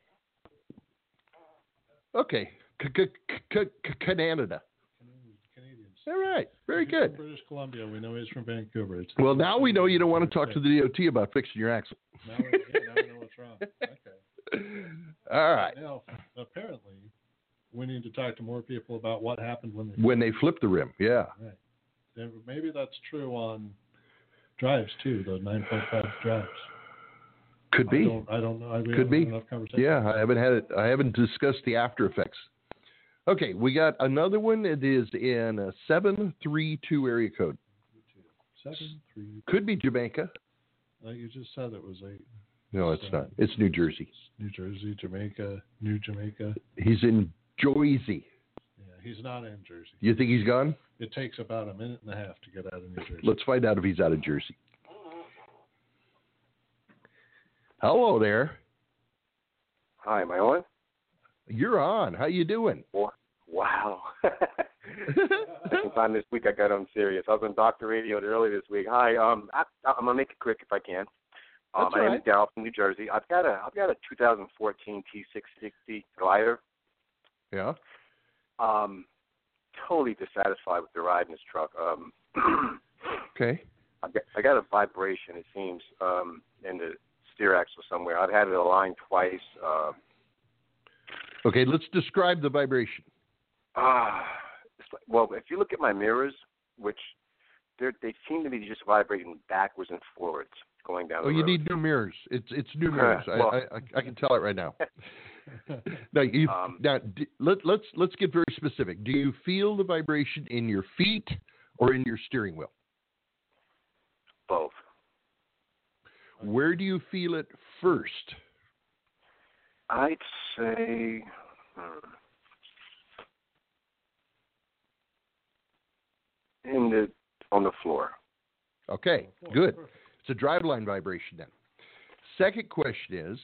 Speaker 2: Okay. C- c- c- c- Canada.
Speaker 3: Canadians.
Speaker 2: All right. Very
Speaker 3: He's from
Speaker 2: good.
Speaker 3: British Columbia. We know he's from Vancouver. It's
Speaker 2: Well, now we know you don't want to talk to the DOT about fixing your axle.
Speaker 3: Now we, yeah, now we know
Speaker 2: [LAUGHS]
Speaker 3: what's wrong. Okay.
Speaker 2: All right.
Speaker 3: Now, apparently, we need to talk to more people about what happened when they.
Speaker 2: When they flip the rim, yeah.
Speaker 3: and Maybe that's true on drives too. The 9.5 drives.
Speaker 2: Could
Speaker 3: I
Speaker 2: be.
Speaker 3: don't, I don't know. I, we
Speaker 2: Could
Speaker 3: haven't
Speaker 2: be.
Speaker 3: had Enough conversation.
Speaker 2: Yeah, I haven't had it. I haven't discussed the after effects. Okay, we got another one. It is in a seven three two area code.
Speaker 3: Seven, three.
Speaker 2: Could be Jamaica.
Speaker 3: Uh, you just said it was eight.
Speaker 2: No, it's not. It's New Jersey.
Speaker 3: New Jersey, Jamaica, New Jamaica.
Speaker 2: He's in Jersey.
Speaker 3: Yeah, he's not in Jersey.
Speaker 2: You think he's gone?
Speaker 3: It takes about a minute and a half to get out of New Jersey. [LAUGHS]
Speaker 2: Let's find out if he's out of Jersey. Hello there.
Speaker 9: Hi, am I on?
Speaker 2: You're on. How
Speaker 9: [LAUGHS]
Speaker 2: you doing?
Speaker 9: Wow. [LAUGHS]
Speaker 2: Mm-hmm.
Speaker 9: Second time this week I got on serious. I was on Doctor Radio earlier this week. Hi, um, I, I'm gonna make it quick if I can. Um,
Speaker 2: That's
Speaker 9: my
Speaker 2: all
Speaker 9: name
Speaker 2: right.
Speaker 9: is Daryl from New Jersey. I've got a I've got a 2014 T660 glider.
Speaker 2: Yeah.
Speaker 9: Um, totally dissatisfied with the ride in this truck. Um, [CLEARS THROAT]
Speaker 2: Okay.
Speaker 9: I got I got a vibration. It seems um in the steer axle somewhere. I've had it aligned twice. Uh,
Speaker 2: Okay. Let's describe the vibration.
Speaker 9: Ah, it's like, well, if you look at my mirrors, which they they seem to be just vibrating backwards and forwards going down.
Speaker 2: Oh,
Speaker 9: the
Speaker 2: you
Speaker 9: road.
Speaker 2: need new mirrors. It's it's
Speaker 9: [LAUGHS]
Speaker 2: new mirrors. I,
Speaker 9: Well-
Speaker 2: I, I I can tell it right
Speaker 9: [LAUGHS]
Speaker 2: now. now you
Speaker 9: Um,
Speaker 2: now d- let let's let's get very specific. Do you feel the vibration in your feet or in your steering wheel?
Speaker 9: both
Speaker 2: Where do you feel it first?
Speaker 9: I'd say hmm, in the on the floor.
Speaker 2: Okay. Good. It's a driveline vibration then. Second question is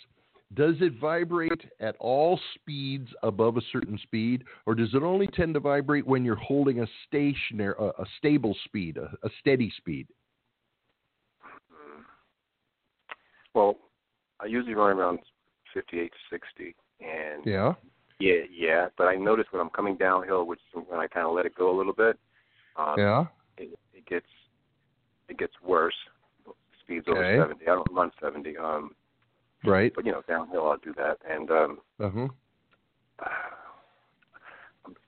Speaker 2: Does it vibrate at all speeds above a certain speed, or does it only tend to vibrate when you're holding a stationary, a, a stable speed, a, a steady speed?
Speaker 9: Hmm. Well, I usually run around fifty-eight to sixty, and
Speaker 2: Yeah.
Speaker 9: yeah, yeah. But I notice when I'm coming downhill, which is when I kind of let it go a little bit. Um,
Speaker 2: Yeah.
Speaker 9: it, it gets it gets worse. Speeds
Speaker 2: Okay.
Speaker 9: over seventy. I don't run seventy. Um,
Speaker 2: Right.
Speaker 9: but you know, downhill I'll do that. And um,
Speaker 2: Uh huh.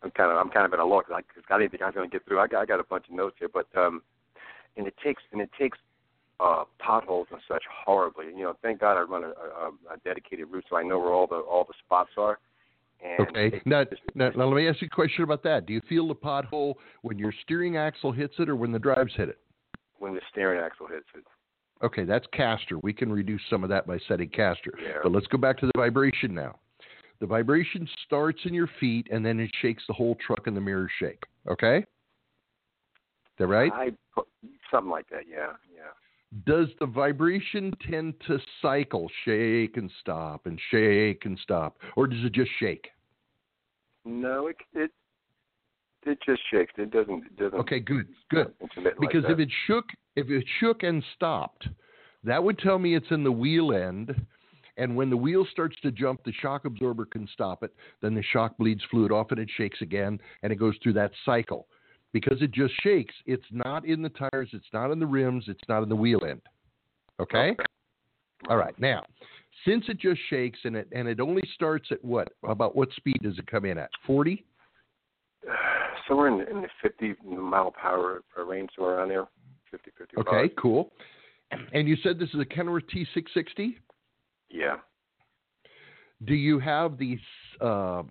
Speaker 9: I'm kind of I'm kind of at a loss. I, I didn't think I was going to get through. I got I got a bunch of notes here, but um, and it takes and it takes uh potholes and such horribly. You know, thank God I run a, a, um, a dedicated route, so I know where all the all the spots are. And
Speaker 2: Okay.
Speaker 9: it-
Speaker 2: Now, now, now, let me ask you a question about that. Do you feel the pothole when your steering axle hits it or when the drives hit it?
Speaker 9: when the steering axle hits it.
Speaker 2: Okay, that's caster. We can reduce some of that by setting caster.
Speaker 9: Yeah.
Speaker 2: But let's go back to the vibration now. The vibration starts in your feet and then it shakes the whole truck and the mirrors shake. Okay? Is that right?
Speaker 9: I put- something like that. Yeah, yeah.
Speaker 2: Does the vibration tend to cycle, shake and stop and shake and stop? Or does it just shake?
Speaker 9: No, it it it just shakes. It doesn't. It doesn't.
Speaker 2: [LAUGHS] Okay, good, good.
Speaker 9: intermittent like
Speaker 2: Because
Speaker 9: that.
Speaker 2: if it shook, if it shook and stopped, that would tell me it's in the wheel end. And when the wheel starts to jump, the shock absorber can stop it. Then the shock bleeds fluid off, and it shakes again, and it goes through that cycle. Because it just shakes, it's not in the tires, it's not in the rims, it's not in the wheel end. Okay. All right. Now, since it just shakes and it and it only starts at what about what speed does it come in at? Forty.
Speaker 9: [SIGHS] somewhere in, in the 50 mile per hour range, somewhere around there, 50, 50
Speaker 2: Okay, cool. And you said this is a Kenworth T660.
Speaker 9: Yeah.
Speaker 2: Do you have the uh,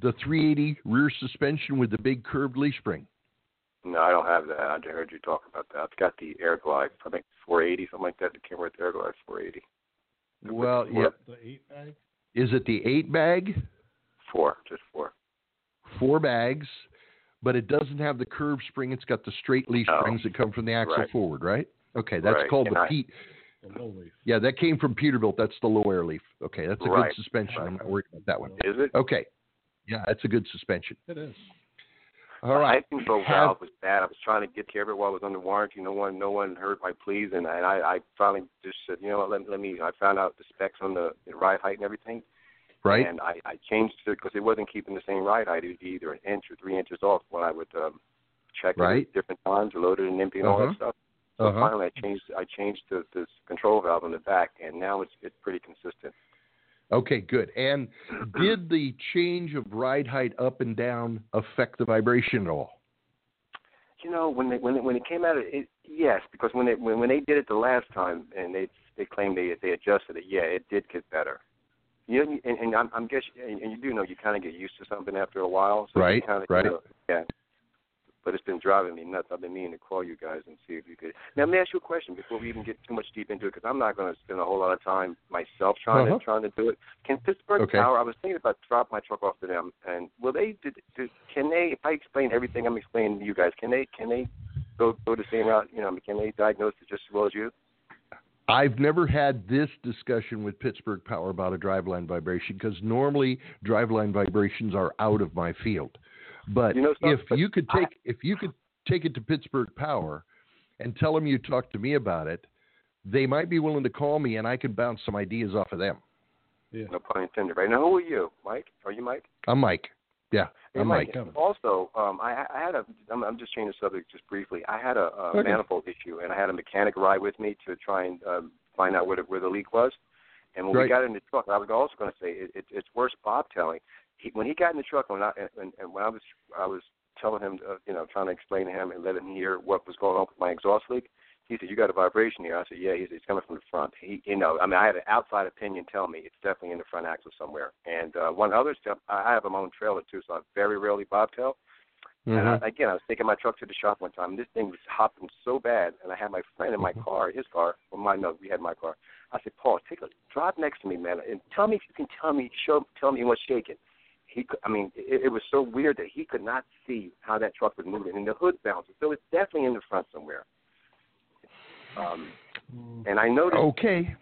Speaker 2: the 380 rear suspension with the big curved leaf spring?
Speaker 9: No, I don't have that. I just heard you talk about that. It's got the air glide, I think 480, something like that. The Kenworth air glide 480.
Speaker 2: Well, yeah.
Speaker 3: The eight bag?
Speaker 2: Is it the eight bag,
Speaker 9: Four, just four.
Speaker 2: four bags, but it doesn't have the curved spring? It's got the straight leaf
Speaker 9: No.
Speaker 2: springs that come from the axle
Speaker 9: Right.
Speaker 2: forward, right? Okay, that's
Speaker 9: Right,
Speaker 2: called
Speaker 9: and
Speaker 2: the
Speaker 9: I-
Speaker 2: Pete.
Speaker 3: The low leaf.
Speaker 2: Yeah, that came from Peterbilt. That's the low air leaf. Okay, that's a
Speaker 9: Right.
Speaker 2: good suspension. I'm not worried about that one.
Speaker 9: Is it?
Speaker 2: Okay, yeah, that's a good suspension.
Speaker 3: It is.
Speaker 2: All right.
Speaker 9: I think the
Speaker 2: Have-
Speaker 9: valve was bad. I was trying to get care of it while it was under warranty. No one, no one heard my pleas, and I, and I, I finally just said, you know what? Let, let me. I found out the specs on the, the ride height and everything,
Speaker 2: right?
Speaker 9: and I, I changed it because it wasn't keeping the same ride height. It would be either an inch or three inches off when I would um, check it
Speaker 2: Right.
Speaker 9: at different times, load it and empty and all
Speaker 2: Uh-huh.
Speaker 9: that stuff. So
Speaker 2: Uh-huh.
Speaker 9: finally, I changed I changed the this control valve on the back, and now it's it's pretty consistent.
Speaker 2: Okay, good. And did the change of ride height up and down affect the vibration at all?
Speaker 9: You know, when they when it, when it came out, it yes, because when they when, when they did it the last time, and they they claimed they they adjusted it, yeah, it did get better. You know, and, and I'm, I'm guess and, and you do know you kind of get used to something after a while, so you
Speaker 2: Right,
Speaker 9: kinda,
Speaker 2: right.
Speaker 9: You know, yeah. But it's been driving me nuts. I've been meaning to call you guys and see if you could. Now, let me ask you a question before we even get too much deep into it, because I'm not going to spend a whole lot of time myself trying
Speaker 2: Uh-huh.
Speaker 9: to trying to do it. Can Pittsburgh
Speaker 2: Okay.
Speaker 9: Power? I was thinking about drop my truck off to them, and will they? Did, did, can they? If I explain everything I'm explaining to you guys, can they? Can they go go the same route? You know, I mean, can they diagnose it just as well as you?
Speaker 2: I've never had this discussion with Pittsburgh Power about a driveline vibration because normally driveline vibrations are out of my field. But
Speaker 9: You know something?
Speaker 2: if you could take if you could take it to Pittsburgh Power and tell them you talked to me about it, they might be willing to call me and I could bounce some ideas off of them.
Speaker 9: No pun intended. Right now, who are you, Mike? Are you Mike?
Speaker 2: I'm Mike. Yeah,
Speaker 9: Hey,
Speaker 2: I'm
Speaker 9: Mike,
Speaker 2: Mike.
Speaker 9: Also, um, I, I had a. I'm, I'm just changing the subject just briefly. I had a, a
Speaker 2: Okay.
Speaker 9: manifold issue, and I had a mechanic ride with me to try and um, find out what it, where the leak was. And when
Speaker 2: Right.
Speaker 9: we got in the truck, I was also going to say it, it, it's worth Bob telling. He, when he got in the truck, when I and, and when I was I was telling him, uh, you know, trying to explain to him and let him hear what was going on with my exhaust leak. He said, "You got a vibration here." I said, "Yeah." He said, "It's coming from the front." He, you know, I mean, I had an outside opinion tell me it's definitely in the front axle somewhere. And uh, one other step, I I have my own trailer too, so I very rarely bobtail.
Speaker 2: Mm-hmm.
Speaker 7: Hmm.
Speaker 9: And I, again, I was taking my truck to the shop one time. And this thing was hopping so bad, and I had my friend in my car, his car, well, mine. No, we had my car. I said, Paul, take a drive next to me, man, and tell me if you can tell me, show, tell me what's shaking. He, cou- I mean, it, it was so weird that he could not see how that truck was moving, and the hood bounced. So it's definitely in the front somewhere. Um, and I noticed
Speaker 2: Oh. Okay.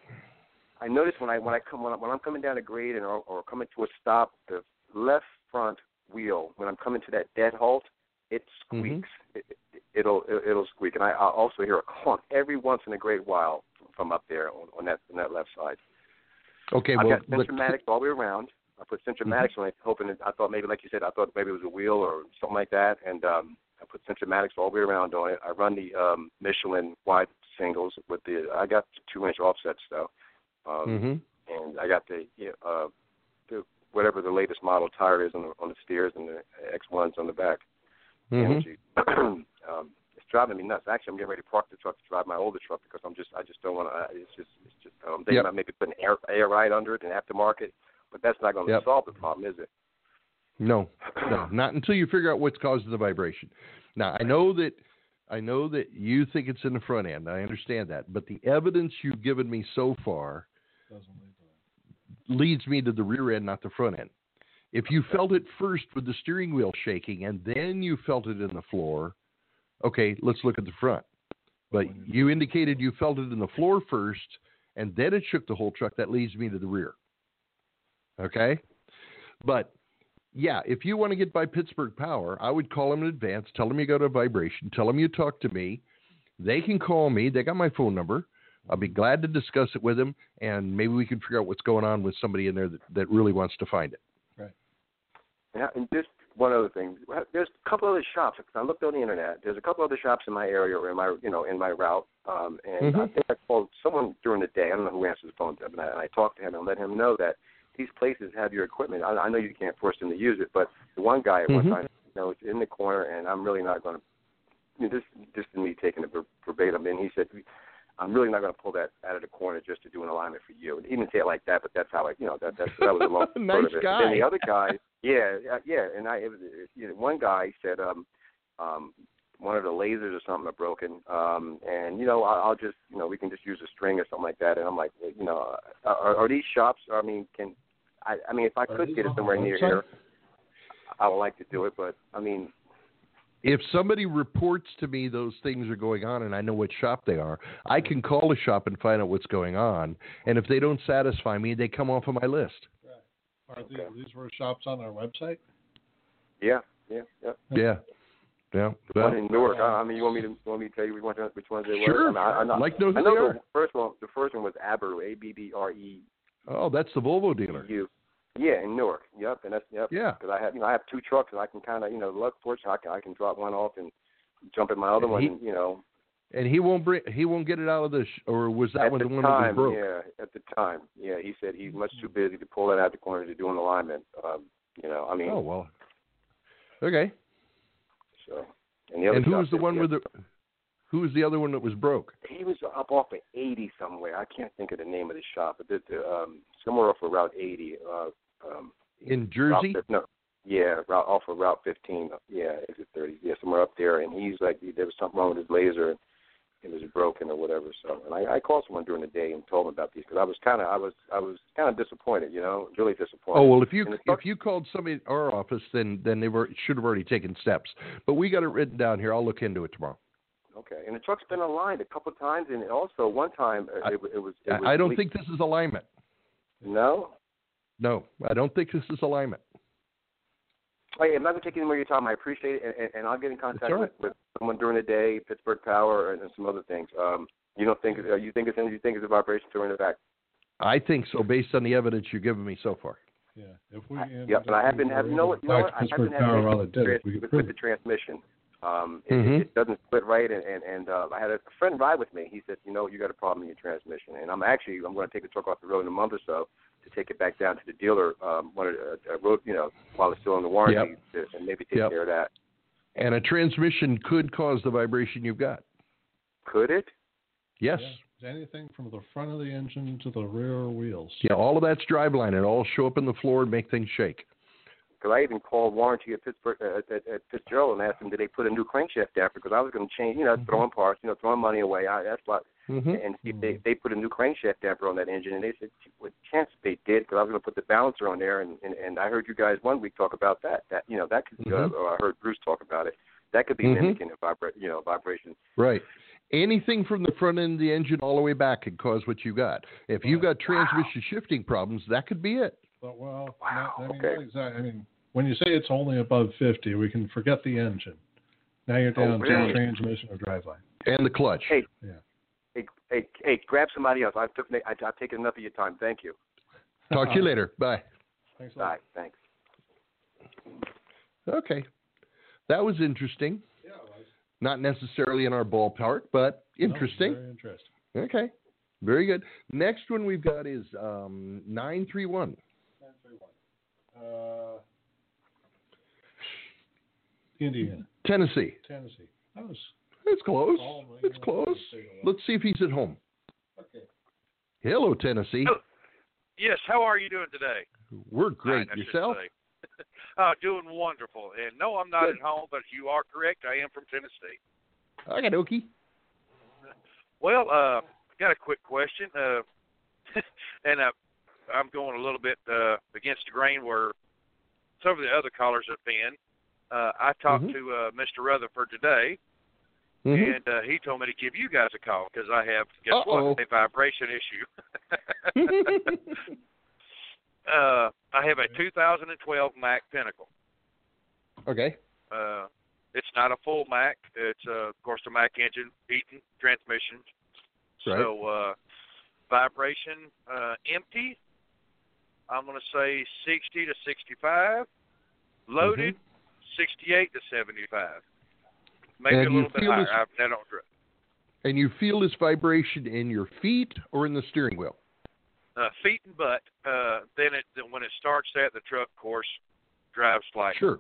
Speaker 9: I notice when I when I come when, I, when I'm coming down a grade and or, or coming to a stop, the left front wheel when I'm coming to that dead halt, it
Speaker 2: Mhm.
Speaker 9: squeaks. It, it, it'll it, it'll squeak, and I, I also hear a clunk every once in a great while from, from up there on, on that on that left side.
Speaker 2: Okay.
Speaker 9: I've
Speaker 2: well,
Speaker 9: got
Speaker 2: look,
Speaker 9: Centromatics all the way around. I put Centromatics on it, hoping that I thought maybe, like you said, I thought maybe it was a wheel or something like that. And um, I put Centromatics all the way around on it. I run the um, Michelin wide singles with the. I got two inch offsets though, um,
Speaker 2: Mhm.
Speaker 9: and I got the, yeah, uh, the whatever the latest model tire is on the on the steers and the X ones on the back.
Speaker 2: Mhm.
Speaker 9: Energy. [CLEARS THROAT] um, it's driving me nuts. Actually, I'm getting ready to park the truck to drive my older truck because I'm just I just don't want to. It's just it's just I'm thinking
Speaker 2: Yep.
Speaker 9: about maybe putting air air ride under it and aftermarket, but that's not going to
Speaker 2: Yep.
Speaker 9: solve the problem, is it?
Speaker 2: No, no, not until you figure out what's causing the vibration. Now, I know that I know that you think it's in the front end. I understand that, but the evidence you've given me so far leads me to the rear end, not the front end. If you felt it first with the steering wheel shaking and then you felt it in the floor, okay, let's look at the front. But you indicated you felt it in the floor first and then it shook the whole truck. That leads me to the rear. Okay? But yeah, if you want to get by Pittsburgh Power, I would call them in advance, tell them you go to vibration, tell them you talk to me. They can call me. They got my phone number. I'll be glad to discuss it with them, and maybe we can figure out what's going on with somebody in there that, that really wants to find it.
Speaker 3: Right.
Speaker 9: Yeah, and just one other thing. There's a couple other shops. Cause I looked on the internet. There's a couple other shops in my area or in my you know in my route. Um, and
Speaker 2: Mhm.
Speaker 9: I think I called someone during the day. I don't know who answers the phone, but I, and I talked to him and let him know that these places have your equipment. I, I know you can't force them to use it, but the one guy at
Speaker 2: Mhm.
Speaker 9: one time, you know, it's in the corner, and I'm really not going to. You know, this this is me taking it ver- verbatim. And he said, I'm really not going to pull that out of the corner just to do an alignment for you. And he didn't say it like that, but that's how I, you know, that that, that was a
Speaker 2: [LAUGHS]
Speaker 9: long
Speaker 2: Nice
Speaker 9: part of it. And
Speaker 2: guy.
Speaker 9: then the other guy, yeah, uh, yeah, and I, it was, you know, one guy said, um, um, one of the lasers or something are broken, um, and you know, I, I'll just, you know, we can just use a string or something like that. And I'm like, well, you know, uh, are, are these shops? I mean, can I? I mean, if I
Speaker 3: Are
Speaker 9: could
Speaker 3: these
Speaker 9: get it
Speaker 3: on the
Speaker 9: somewhere near
Speaker 3: website?
Speaker 9: here, I would like to do it, but I mean,
Speaker 2: If somebody reports to me those things are going on and I know what shop they are, I can call a shop and find out what's going on. And if they don't satisfy me, they come off of my list.
Speaker 3: Are these, these were shops on our website?
Speaker 9: yeah, yeah, yeah.
Speaker 2: Yeah. Yeah.
Speaker 9: one
Speaker 2: Well,
Speaker 9: in Newark. I, I mean, you want me to you want me to tell you which ones which ones they
Speaker 2: Sure.
Speaker 9: were? I mean, I, I know,
Speaker 2: Like know who
Speaker 9: I know
Speaker 2: they
Speaker 9: the
Speaker 2: are.
Speaker 9: first one. The first one was Abreu, A B B R E
Speaker 2: oh, that's the Volvo dealer.
Speaker 9: U. Yeah, in Newark. Yep, and that's yep.
Speaker 2: Yeah.
Speaker 9: Because I have you know I have two trucks and I can kind of you know luck fortune I can I can drop one off and jump in my other
Speaker 2: And
Speaker 9: one
Speaker 2: he-
Speaker 9: and, you know
Speaker 2: And he won't bring he won't get it out of this or was that
Speaker 9: at
Speaker 2: one
Speaker 9: the
Speaker 2: the one
Speaker 9: time
Speaker 2: that was broke?
Speaker 9: yeah at the time yeah he said he's much too busy to pull that out the corner to do an alignment um, you know I mean
Speaker 2: Oh well. Okay.
Speaker 9: so and the other
Speaker 2: and who
Speaker 9: shop
Speaker 2: was the
Speaker 9: is-
Speaker 2: one
Speaker 9: yeah.
Speaker 2: with the who was the other one that was broke?
Speaker 9: he was up off of 80 somewhere. I can't think of the name of the shop, but the, the, um, somewhere off of Route 80. Uh, um,
Speaker 2: In
Speaker 9: Route
Speaker 2: Jersey?
Speaker 9: fif- no, yeah, route, off of Route 15. Yeah, exit 30. Yeah, somewhere up there. And he's like, there was something wrong with his laser. and It was broken or whatever. So, and I, I called someone during the day and told them about these because I was kind of, I was, I was kind of disappointed. You know, really disappointed.
Speaker 2: Oh well, if you
Speaker 9: And it's not-
Speaker 2: if you called somebody at our office, then then they were, should have already taken steps. But we got it written down here. I'll look into it tomorrow.
Speaker 9: okay. And the truck's been aligned a couple times, and also one time uh,
Speaker 2: I-
Speaker 9: it, it was. It was
Speaker 2: I, I don't
Speaker 9: leaked.
Speaker 2: think this is alignment.
Speaker 9: No.
Speaker 2: No, I don't think this is alignment.
Speaker 9: Oh, yeah, I'm not going to take any more of your time. I appreciate it, and, and, and I'll get in contact
Speaker 2: all right.
Speaker 9: with, with someone during the day, Pittsburgh Power, and, and some other things. Um, you don't think uh, you think it's in, you think it's a vibration during the back?
Speaker 2: I think so, based on the evidence you've given me so far.
Speaker 3: Yeah. If we
Speaker 9: I-
Speaker 3: ended
Speaker 9: yep, and I
Speaker 3: up
Speaker 9: haven't
Speaker 3: with
Speaker 9: had- you know what- you know
Speaker 3: back
Speaker 9: what,
Speaker 3: to
Speaker 9: I haven't
Speaker 3: Pittsburgh
Speaker 9: had
Speaker 3: Power
Speaker 9: any
Speaker 3: while it did it. We
Speaker 9: with,
Speaker 3: could Mm-hmm.
Speaker 9: with
Speaker 3: prove
Speaker 9: the
Speaker 3: it.
Speaker 9: transmission, um, it-
Speaker 2: Mhm.
Speaker 9: it, it doesn't split right, and and, and uh, I had a friend ride with me. He said, you know, you got a problem in your transmission, and I'm actually I'm going to take the truck off the road in a month or so to take it back down to the dealer, um, one of the, uh, road, you know, while it's still in the warranty, to, and maybe take
Speaker 2: Yep.
Speaker 9: care of that.
Speaker 2: And a transmission could cause the vibration you've got.
Speaker 9: Could it?
Speaker 2: Yes.
Speaker 3: Yeah. It's Anything from the front of the engine to the rear wheels.
Speaker 2: Yeah, all of that's driveline. It all show up in the floor and make things shake.
Speaker 9: Because I even called warranty at Pittsburgh uh, at, at, at Fitzgerald and asked them, did they put a new crankshaft down? Because I was going to change, you know,
Speaker 2: Mm-hmm.
Speaker 9: throwing parts, you know, throwing money away. I asked a lot,
Speaker 2: hmm
Speaker 3: Mm-hmm.
Speaker 9: and see if they they put a new crankshaft damper on that engine, and they said, "What chance they did?" Because I was going to put the balancer on there, and, and and I heard you guys one week talk about that. That you know that could,
Speaker 2: Mhm.
Speaker 3: Mm-hmm.
Speaker 9: uh, or I heard Bruce talk about it. That could be
Speaker 2: Mhm.
Speaker 9: mimicking a vibra- you know, vibration.
Speaker 2: Right. Anything from the front end of the engine all the way back could cause what you got. If you've got transmission shifting problems, that could be it.
Speaker 3: Oh, But well,
Speaker 9: Wow,
Speaker 3: not, I mean,
Speaker 9: okay.
Speaker 3: not exact- I mean, [LAUGHS] when you say it's only above 50, we can forget the engine. Now you're
Speaker 9: Oh,
Speaker 3: down
Speaker 9: really?
Speaker 3: to transmission or driveline.
Speaker 2: And the clutch.
Speaker 9: Hey,
Speaker 3: Yeah.
Speaker 9: hey, hey, hey, grab somebody else. I've took I, I've taken enough of your time. Thank you.
Speaker 2: Talk to you later. Bye.
Speaker 3: Thanks a
Speaker 9: All
Speaker 3: lot.
Speaker 9: right, thanks.
Speaker 2: Okay. That was interesting.
Speaker 3: Yeah, well, it's-
Speaker 2: Not necessarily in our ballpark, but interesting.
Speaker 3: No, Oh, very interesting.
Speaker 2: Okay. Very good. Next one we've got is um, 931.
Speaker 3: Uh, Indiana,
Speaker 2: Tennessee.
Speaker 3: Tennessee. That was
Speaker 2: It's close.
Speaker 3: Oh, my
Speaker 2: It's
Speaker 3: God.
Speaker 2: close. Let's see if he's at home.
Speaker 3: okay.
Speaker 2: Hello, Tennessee.
Speaker 5: Hello. Yes, how are you doing today?
Speaker 2: We're great.
Speaker 5: I should
Speaker 2: Yourself?
Speaker 5: say. uh, doing wonderful. And no, I'm not
Speaker 2: Good.
Speaker 5: at home, but you are correct. I am from Tennessee.
Speaker 2: Okay, dokie.
Speaker 5: Well, uh, I got a quick question, uh, [LAUGHS] and uh, I'm going a little bit uh, against the grain where some of the other callers have been. Uh, I talked
Speaker 2: Mhm.
Speaker 5: to uh, Mr. Rutherford today,
Speaker 2: Mhm.
Speaker 5: and uh, he told me to give you guys a call because I have guess
Speaker 2: Uh-oh. [LAUGHS]
Speaker 5: what a vibration issue. uh, I I have a 2012 Mac Pinnacle.
Speaker 2: Okay.
Speaker 5: Uh, it's not a full Mac. It's uh, of course a Mac engine, Eaton transmission.
Speaker 2: Right.
Speaker 5: So uh, vibration uh, empty. I'm going to say 60 to 65. Loaded, 68 to 75. Maybe
Speaker 2: Mm-hmm. And
Speaker 5: a
Speaker 2: you
Speaker 5: little bit
Speaker 2: feel
Speaker 5: higher.
Speaker 2: this-
Speaker 5: I, I don't. dr-
Speaker 2: And you feel this vibration in your feet or in the steering wheel?
Speaker 5: Uh, feet and butt. Uh, then it then when it starts that the truck, of course, drives like
Speaker 2: Sure.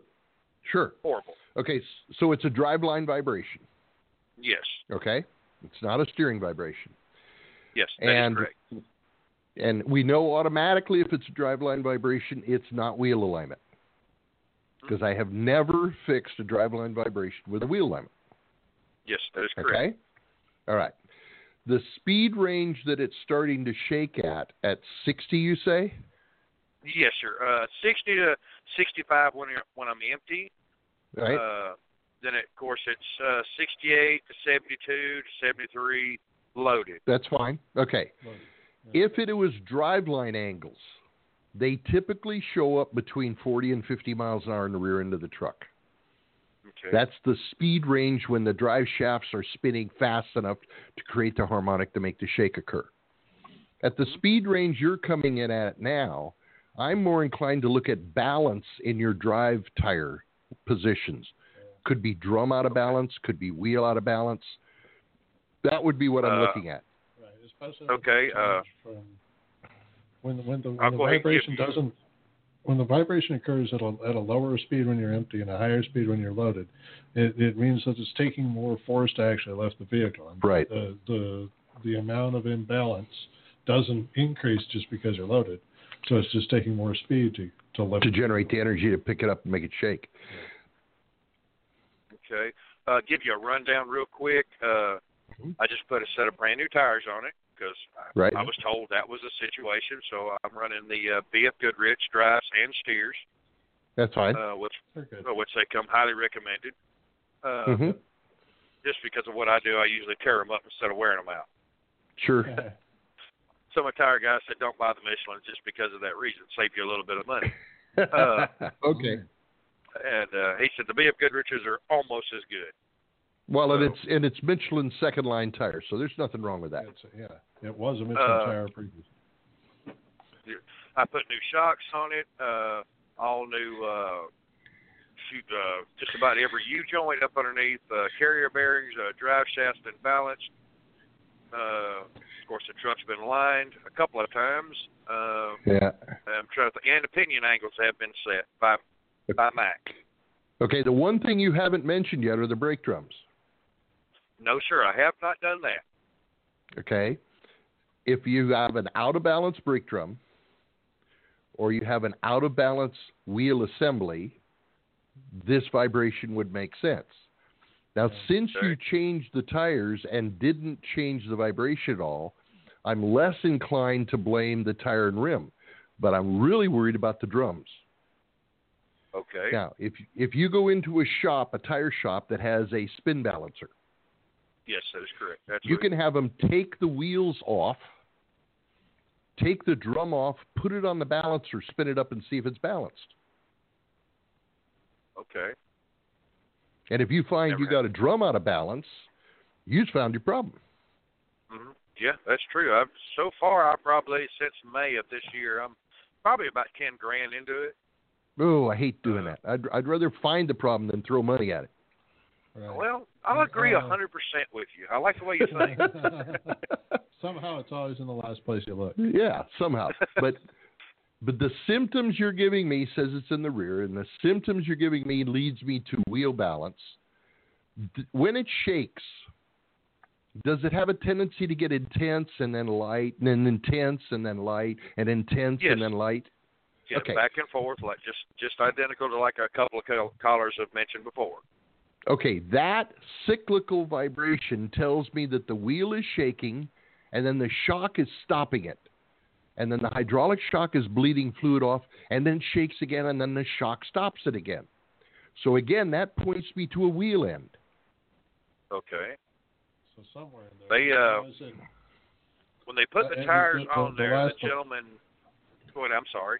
Speaker 2: Sure.
Speaker 5: horrible.
Speaker 2: Okay, s- so it's a driveline vibration,
Speaker 5: Yes.
Speaker 2: okay? It's not a steering vibration.
Speaker 5: Yes. that is
Speaker 2: And-
Speaker 5: correct.
Speaker 2: And we know automatically if it's a driveline vibration, it's not wheel alignment. Because I have never fixed a driveline vibration with a wheel alignment.
Speaker 5: Yes, that is correct.
Speaker 2: Okay. All right. The speed range that it's starting to shake at at 60, you say?
Speaker 5: Yes, sir. Uh, 60 to 65 when you're, when I'm empty.
Speaker 2: Right.
Speaker 5: Uh, then of course it's uh, 68 to 72 to 73 loaded.
Speaker 2: That's fine. Okay.
Speaker 3: Right.
Speaker 2: If it was driveline angles, they typically show up between 40 and 50 miles an hour in the rear end of the truck.
Speaker 5: Okay.
Speaker 2: That's the speed range when the drive shafts are spinning fast enough to create the harmonic to make the shake occur. At the speed range you're coming in at now, I'm more inclined to look at balance in your drive tire positions. Could be drum out of balance, could be wheel out of balance. That would be what I'm
Speaker 5: Uh,
Speaker 2: looking at.
Speaker 3: Right, especially
Speaker 5: Okay,
Speaker 3: with the
Speaker 5: uh,
Speaker 3: change from when the, when
Speaker 5: I'll
Speaker 3: the, when the
Speaker 5: go ahead and give
Speaker 3: vibration
Speaker 5: you-
Speaker 3: doesn't when the vibration occurs at a at a lower speed when you're empty and a higher speed when you're loaded, it, it means that it's taking more force to actually lift the vehicle. And
Speaker 2: Right.
Speaker 3: The the the amount of imbalance doesn't increase just because you're loaded, so it's just taking more speed to to lift.
Speaker 2: To generate the energy to pick it up and make it shake.
Speaker 5: Okay. Uh, give you a rundown real quick. Uh,
Speaker 2: Mm-hmm.
Speaker 5: I just put a set of brand new tires on it because
Speaker 2: Right.
Speaker 5: I was told that was the situation. So I'm running the uh, BF Goodrich drives and steers,
Speaker 2: That's fine.
Speaker 5: uh, which
Speaker 3: They're good.
Speaker 5: which they come highly recommended. Uh,
Speaker 2: Mhm.
Speaker 5: Just because of what I do, I usually tear them up instead of wearing them out.
Speaker 2: Sure.
Speaker 5: Some of the tire guys said don't buy the Michelin just because of that reason. Save you a little bit of money. Uh,
Speaker 2: [LAUGHS] okay.
Speaker 5: and uh, he said the BF Goodriches are almost as good.
Speaker 2: Well, and
Speaker 5: so-
Speaker 2: it's and it's Michelin second line tires, so there's nothing wrong with that.
Speaker 3: That's it, yeah, it was a Michelin
Speaker 5: Uh,
Speaker 3: tire previous.
Speaker 5: I put new shocks on it, uh, all new, uh, shoot, uh, just about every U joint up underneath, uh, carrier bearings, uh, drive shafts been balanced. Uh, of course, the truck's been lined a couple of times. Uh,
Speaker 2: Yeah.
Speaker 5: I'm trying to think, and the pinion angles have been set by by Mac.
Speaker 2: Okay, the one thing you haven't mentioned yet are the brake drums.
Speaker 5: No, sir, I have not done that.
Speaker 2: Okay, if you have an out of balance brake drum, or you have an out of balance wheel assembly, this vibration would make sense. Now, since you
Speaker 5: Okay.
Speaker 2: changed the tires and didn't change the vibration at all, I'm less inclined to blame the tire and rim, but I'm really worried about the drums.
Speaker 5: Okay.
Speaker 2: Now, if if you go into a shop, a tire shop that has a spin balancer,
Speaker 5: Yes, that is correct. That's
Speaker 2: you
Speaker 5: what it-
Speaker 2: can have them take the wheels off, take the drum off, put it on the balancer, spin it up, and see if it's balanced.
Speaker 5: Okay.
Speaker 2: And if you find
Speaker 5: Never
Speaker 2: you got a drum out of balance, you've found your problem.
Speaker 5: hmm Yeah, that's true. I've so far, I probably since May of this year, I'm probably about ten grand into it.
Speaker 2: Oh, I hate doing that. I'd, I'd rather find the problem than throw money at it.
Speaker 3: Right.
Speaker 5: Well, I'll agree a
Speaker 3: Uh,
Speaker 5: hundred percent with you. I like the way you
Speaker 3: [LAUGHS]
Speaker 5: think.
Speaker 3: Somehow it's always in the last place you look.
Speaker 2: yeah, somehow.
Speaker 3: [LAUGHS]
Speaker 2: But but the symptoms you're giving me says it's in the rear, and the symptoms you're giving me leads me to wheel balance. D- When it shakes, does it have a tendency to get intense and then light, and then intense and then light, and intense
Speaker 5: Yes.
Speaker 2: and then light?
Speaker 5: Yeah,
Speaker 2: Okay.
Speaker 5: back and forth, like just just identical to like a couple of call- callers have mentioned before.
Speaker 2: Okay, that cyclical vibration tells me that the wheel is shaking and then the shock is stopping it. And then the hydraulic shock is bleeding fluid off and then shakes again and then the shock stops it again. So again, that points me to a wheel end.
Speaker 5: Okay.
Speaker 3: So somewhere in there.
Speaker 5: They, uh,
Speaker 3: was it-
Speaker 5: When they put
Speaker 3: Uh,
Speaker 5: the
Speaker 3: and
Speaker 5: tires
Speaker 3: the- the-
Speaker 5: on
Speaker 3: the
Speaker 5: there, the
Speaker 3: last one.
Speaker 5: gentleman. Wait, I'm sorry.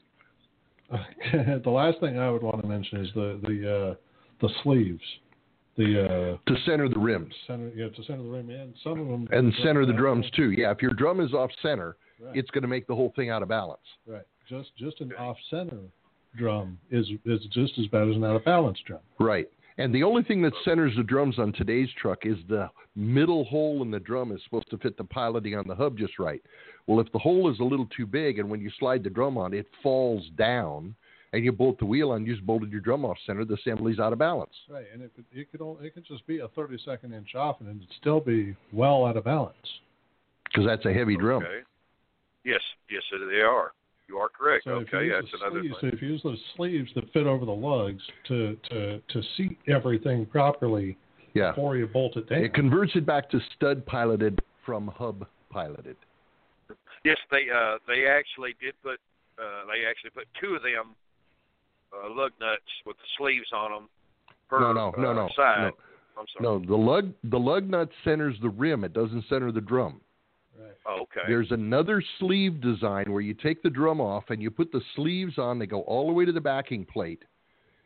Speaker 3: [LAUGHS] the last thing I would want to mention is the the uh, the sleeves, the
Speaker 2: uh, to center the rims.
Speaker 3: Center, yeah, to center the rim, and some of them
Speaker 2: and center the drums too. Yeah, if your drum is off center, right. it's going to make the whole thing out of balance.
Speaker 3: Right, just just an off center drum is is just as bad as an out of balance drum.
Speaker 2: Right. And the only thing that centers the drums on today's truck is the middle hole in the drum is supposed to fit the piloting on the hub just right. Well, if the hole is a little too big and when you slide the drum on, it falls down and you bolt the wheel on, you just bolted your drum off center, the assembly's out of balance.
Speaker 3: Right. And it, it, could, it could just be a 32nd inch off and it'd still be well out of balance.
Speaker 2: Because that's a heavy drum.
Speaker 5: Okay. Yes. Yes, they are. You are correct.
Speaker 3: So
Speaker 5: okay,
Speaker 3: yeah,
Speaker 5: that's another
Speaker 3: sleeves,
Speaker 5: thing.
Speaker 3: So if you use those sleeves that fit over the lugs to to, to seat everything properly
Speaker 2: yeah.
Speaker 3: before you bolt it down,
Speaker 2: it converts it back to stud piloted from hub piloted.
Speaker 5: Yes, they uh, they actually did put uh, they actually put two of them uh, lug nuts with the sleeves on them. Per, uh,
Speaker 2: no, no, no, no,
Speaker 5: side.
Speaker 2: no. No, the lug the lug nut centers the rim. It doesn't center the drum.
Speaker 3: Right.
Speaker 5: Oh, okay.
Speaker 2: There's another sleeve design where you take the drum off and you put the sleeves on. They go all the way to the backing plate.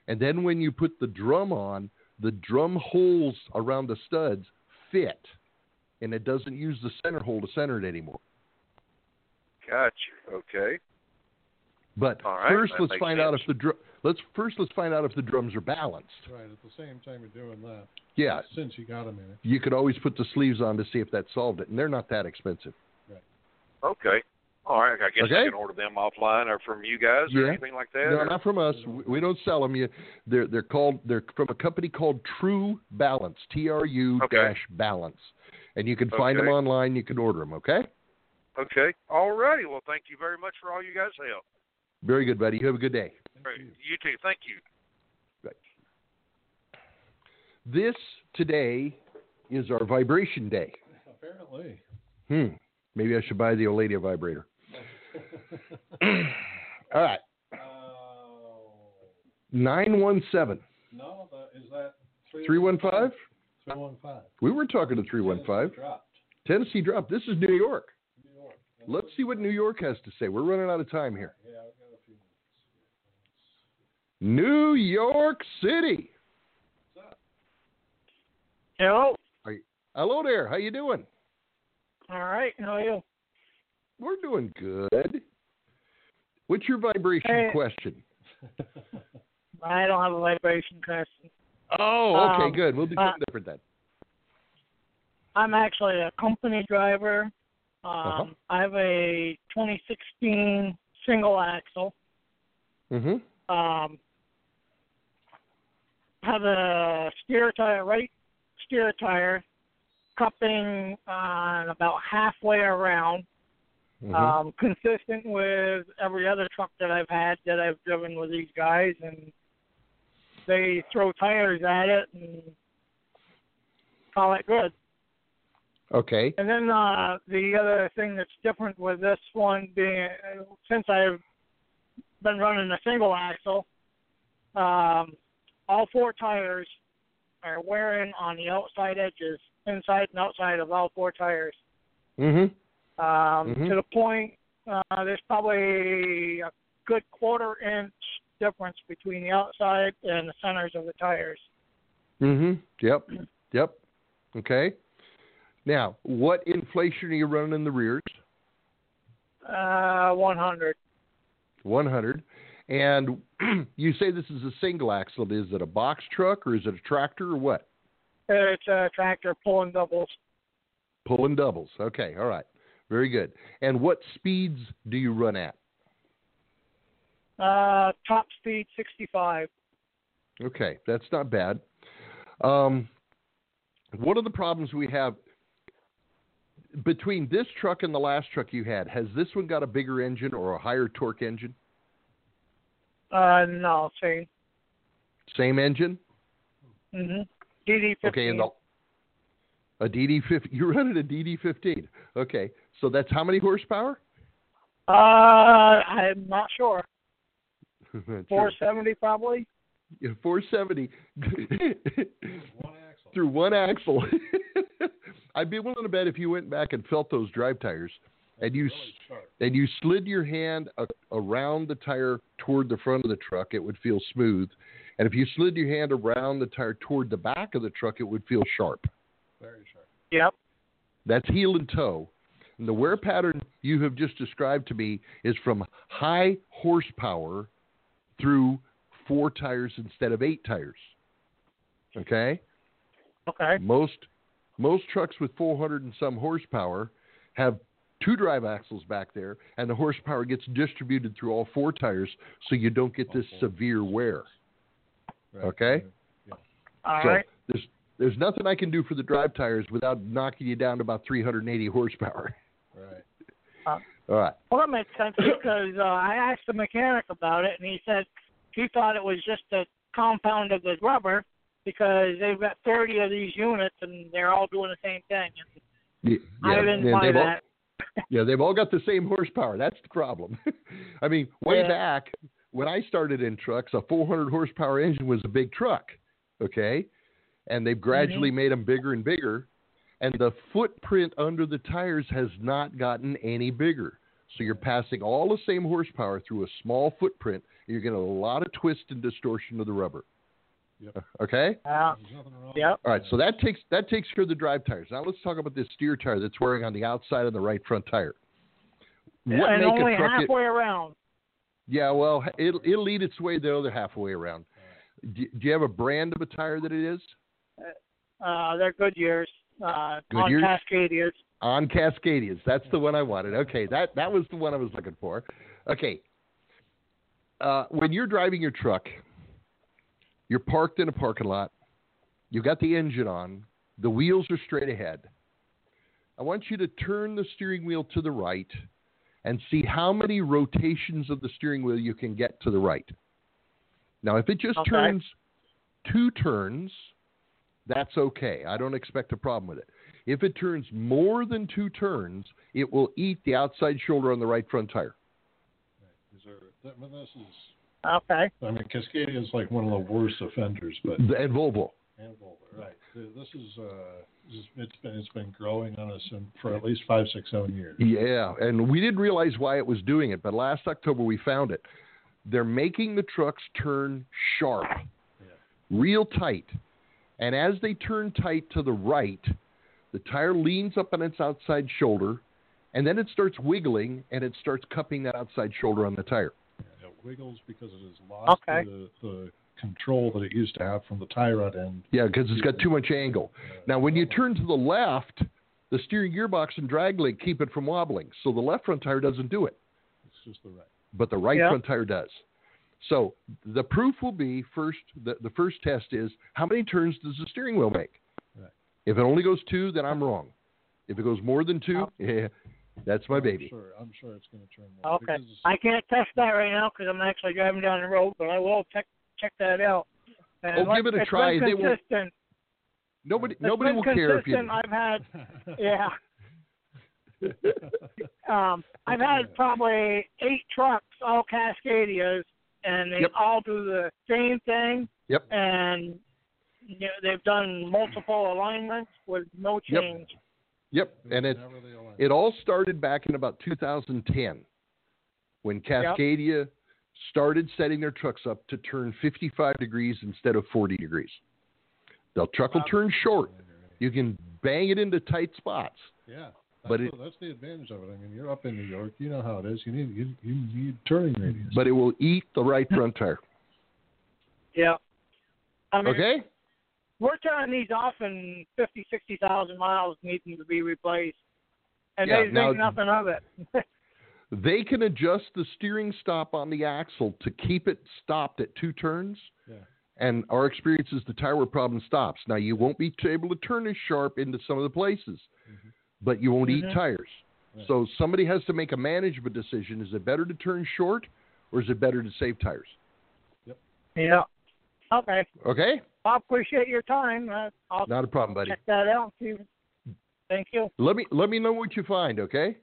Speaker 2: And then when you put the drum on, the drum holes around the studs fit. And it doesn't use the center hole to center it anymore.
Speaker 5: Gotcha. Okay.
Speaker 2: But
Speaker 5: right,
Speaker 2: first,
Speaker 5: that
Speaker 2: let's
Speaker 5: makes
Speaker 2: find
Speaker 5: sense.
Speaker 2: out if the drum. Let's first let's find out if the drums are balanced.
Speaker 3: Right. At the same time you're doing that,
Speaker 2: Yeah,
Speaker 3: since you got them in it.
Speaker 2: you could always put the sleeves on to see if that solved it, and they're not that expensive.
Speaker 5: Okay. All right. I guess
Speaker 2: Okay.
Speaker 5: I can order them offline or from you guys
Speaker 2: Yeah.
Speaker 5: or anything like that.
Speaker 2: No,
Speaker 5: or-
Speaker 2: not from us. We- We don't sell them. You, they're they're called they're from a company called True Balance, T R U dash Balance, and you can find them
Speaker 5: Okay.
Speaker 2: online. You can order them. Okay.
Speaker 5: Okay. All righty. Well, thank you very much for all you guys' help.
Speaker 2: Very good, buddy. You have a good day.
Speaker 5: Great. You too. Thank you.
Speaker 2: This today is our vibration day.
Speaker 3: Apparently.
Speaker 2: Hmm. Maybe I should buy the old lady a vibrator. [CLEARS THROAT] All right.
Speaker 3: Oh,
Speaker 2: Nine one seven
Speaker 3: no, that, is that three
Speaker 2: three one five.
Speaker 3: Three one five.
Speaker 2: We were talking to three one five.
Speaker 3: Dropped.
Speaker 2: Tennessee drop. This is New York.
Speaker 3: New York.
Speaker 2: Let's see what New York has to say. We're running out of time here.
Speaker 3: Yeah, I've got a few minutes.
Speaker 2: New York City.
Speaker 7: Hello.
Speaker 2: Hello there. How you doing?
Speaker 7: All right. How are you?
Speaker 2: We're doing good. What's your vibration
Speaker 7: Hey.
Speaker 2: question?
Speaker 7: I don't have a vibration question.
Speaker 2: Oh, okay,
Speaker 7: Um,
Speaker 2: good. We'll do
Speaker 7: uh,
Speaker 2: something different then.
Speaker 7: I'm actually a company driver. Um,
Speaker 2: Uh-huh.
Speaker 7: I have a 2016 single axle.
Speaker 2: Mhm.
Speaker 7: Um, have a steer tire, right steer tire, cupping on about halfway around.
Speaker 2: Mhm.
Speaker 7: um, consistent with every other truck that I've had that I've driven with these guys, and they throw tires at it and call it good.
Speaker 2: okay.
Speaker 7: And then uh, the other thing that's different with this one being, since I've been running a single axle, um, all four tires are wearing on the outside edges, inside and outside of all four tires
Speaker 2: Mhm.
Speaker 7: um,
Speaker 10: Mm-hmm.
Speaker 2: Mhm.
Speaker 7: to the point uh, there's probably a good quarter inch difference between the outside and the centers of the tires.
Speaker 2: Mhm. Yep. Yep. Okay. Now, what inflation are you running in the rears?
Speaker 7: Uh, 100.
Speaker 2: 100. And [CLEARS THROAT] you say this is a single axle. Is it a box truck or is it a tractor or what?
Speaker 7: It's a tractor pulling doubles.
Speaker 2: Pulling doubles. Okay. All right. Very good. And what speeds do you run at?
Speaker 7: Uh, top speed 65.
Speaker 2: Okay, that's not bad. Um, one of the problems we have between this truck and the last truck you had, has this one got a bigger engine or a higher torque engine?
Speaker 7: Uh, no, same.
Speaker 2: Same engine?
Speaker 7: hmm DD 15.
Speaker 2: Okay, and the, a DD50. You're running a DD15. Okay, so that's how many horsepower? [LAUGHS]
Speaker 7: uh, I'm not sure.
Speaker 2: Sure.
Speaker 7: 470 probably.
Speaker 2: Yeah, 470
Speaker 3: One axle.
Speaker 2: through one axle. [LAUGHS] I'd be willing to bet if you went back and felt those drive tires and you s-
Speaker 3: Really sharp.
Speaker 2: and you slid your hand a, around the tire toward the front of the truck, it would feel smooth. And if you slid your hand around the tire toward the back of the truck, it would feel sharp.
Speaker 3: Very sharp.
Speaker 7: Yep.
Speaker 2: That's heel and toe. And the wear pattern you have just described to me is from high horsepower through four tires instead of eight tires. Okay?
Speaker 7: Okay.
Speaker 2: Most most trucks with 400 and some horsepower have two drive axles back there, and the horsepower gets distributed through all four tires, so you don't get this severe wear.
Speaker 3: Right.
Speaker 2: Okay?
Speaker 7: All
Speaker 2: so
Speaker 7: right.
Speaker 2: there's there's nothing I can do for the drive tires without knocking you down to about 380 horsepower. [LAUGHS]
Speaker 3: Right.
Speaker 7: Uh,
Speaker 2: All right.
Speaker 7: Well, that makes sense because uh, I asked the mechanic about it, and he said he thought it was just a compound of the rubber because they've got 30 of these units and they're all doing the same thing.
Speaker 2: Yeah,
Speaker 7: I didn't
Speaker 2: and
Speaker 7: buy
Speaker 2: they've all-
Speaker 7: that.
Speaker 2: yeah, they've all got the same horsepower. That's the problem. [LAUGHS] I mean, way
Speaker 7: Yeah.
Speaker 2: back when I started in trucks, a 400 horsepower engine was a big truck, okay? And they've gradually made 'em made them bigger and bigger, and the footprint under the tires has not gotten any bigger. So you're passing all the same horsepower through a small footprint, and you're getting a lot of twist and distortion of the rubber.
Speaker 3: Yep.
Speaker 2: Okay?
Speaker 7: Uh,
Speaker 3: There's nothing wrong.
Speaker 7: yep.
Speaker 2: All right, so that takes that takes care of the drive tires. Now let's talk about this steer tire that's wearing on the outside of the right front tire. What
Speaker 7: and
Speaker 2: make
Speaker 7: only
Speaker 2: a truck get-
Speaker 7: halfway around.
Speaker 2: yeah, well, it'll it'll eat its way the other halfway around. Do, do you have a brand of a tire that it is?
Speaker 7: Uh, they're good years. Uh,
Speaker 2: Goodyears?
Speaker 7: On Cascadias.
Speaker 2: On Cascadias. That's the one I wanted. Okay, that that was the one I was looking for. Okay. Uh, when you're driving your truck, you're parked in a parking lot. You've got the engine on. The wheels are straight ahead. I want you to turn the steering wheel to the right and see how many rotations of the steering wheel you can get to the right. Now, if it just
Speaker 7: Okay.
Speaker 2: turns two turns, that's okay. I don't expect a problem with it. If it turns more than two turns, it will eat the outside shoulder on the right front tire.
Speaker 3: These are- that- well, this is,
Speaker 7: Okay.
Speaker 3: I mean, Cascadia is like one of the worst offenders, but
Speaker 2: And Volvo.
Speaker 3: and Volvo, right? Th- This is uh, this is- it's been it's been growing on us in, for at least five, six, seven years.
Speaker 2: Yeah, and we didn't realize why it was doing it, but last October we found it. They're making the trucks turn sharp, real tight. And as they turn tight to the right, the tire leans up on its outside shoulder, and then it starts wiggling and it starts cupping that outside shoulder on the tire.
Speaker 3: It wiggles because it has lost
Speaker 7: Okay.
Speaker 3: the, the control that it used to have from the tie rod end.
Speaker 2: Yeah, because it's got too much angle. Now, when you turn to the left, the steering gearbox and drag link keep it from wobbling, so the left front tire doesn't do it.
Speaker 3: It's just the right.
Speaker 2: but the right
Speaker 7: Yeah.
Speaker 2: front tire does. So the proof will be first. The, the first test is how many turns does the steering wheel make?
Speaker 3: Right.
Speaker 2: If it only goes two, then I'm wrong. If it goes more than two,
Speaker 7: Oh.
Speaker 2: yeah, [LAUGHS] that's my
Speaker 3: I'm
Speaker 2: baby.
Speaker 3: Sure, I'm sure it's going to turn. more
Speaker 7: Okay.
Speaker 3: because-
Speaker 7: I can't test that right now because I'm actually driving down the road, but I will check check that out. And
Speaker 2: Oh,
Speaker 7: like,
Speaker 2: give it a
Speaker 7: it's
Speaker 2: try.
Speaker 7: Been
Speaker 2: They won't-
Speaker 7: consistent.
Speaker 2: Nobody,
Speaker 7: It's
Speaker 2: nobody
Speaker 7: been
Speaker 2: will care if you.
Speaker 7: consistent. I've had
Speaker 2: [LAUGHS]
Speaker 7: Yeah.
Speaker 2: Mm-hmm.
Speaker 7: um, I've had probably eight trucks, all Cascadias, and they
Speaker 2: Yep.
Speaker 7: all do the same thing.
Speaker 2: Yep.
Speaker 7: And you know, they've done multiple alignments with no
Speaker 2: Yep.
Speaker 7: change.
Speaker 2: Yep, and it
Speaker 3: Never the alignment.
Speaker 2: it all started back in about 2010 when Cascadia started setting their trucks up to turn 55 degrees instead of 40 degrees. The truck will turn short. You can bang it into tight spots.
Speaker 3: Yeah. That's
Speaker 2: but
Speaker 3: the,
Speaker 2: it-
Speaker 3: that's the advantage of it. I mean, you're up in New York. You know how it is. You need you, you need turning radius.
Speaker 2: but it will eat the right front tire.
Speaker 7: Yeah. I mean,
Speaker 2: Okay?
Speaker 7: we're turning these off in 50, 60,000 miles needing to be replaced. And
Speaker 2: Yeah,
Speaker 7: they
Speaker 2: now-
Speaker 7: think nothing of it. [LAUGHS]
Speaker 2: They can adjust the steering stop on the axle to keep it stopped at two turns.
Speaker 3: Yeah.
Speaker 2: And our experience is the tire wear problem stops. Now, you won't be able to turn as sharp into some of the places, but you won't
Speaker 3: Mm-hmm.
Speaker 2: eat tires.
Speaker 3: Right.
Speaker 2: So somebody has to make a management decision. Is it better to turn short or is it better to save tires?
Speaker 7: yeah. Okay.
Speaker 2: Okay?
Speaker 7: I appreciate your time. Uh, I'll
Speaker 2: Not a problem, buddy.
Speaker 7: check that out. and see- Thank you.
Speaker 2: Let me let me know what you find, okay?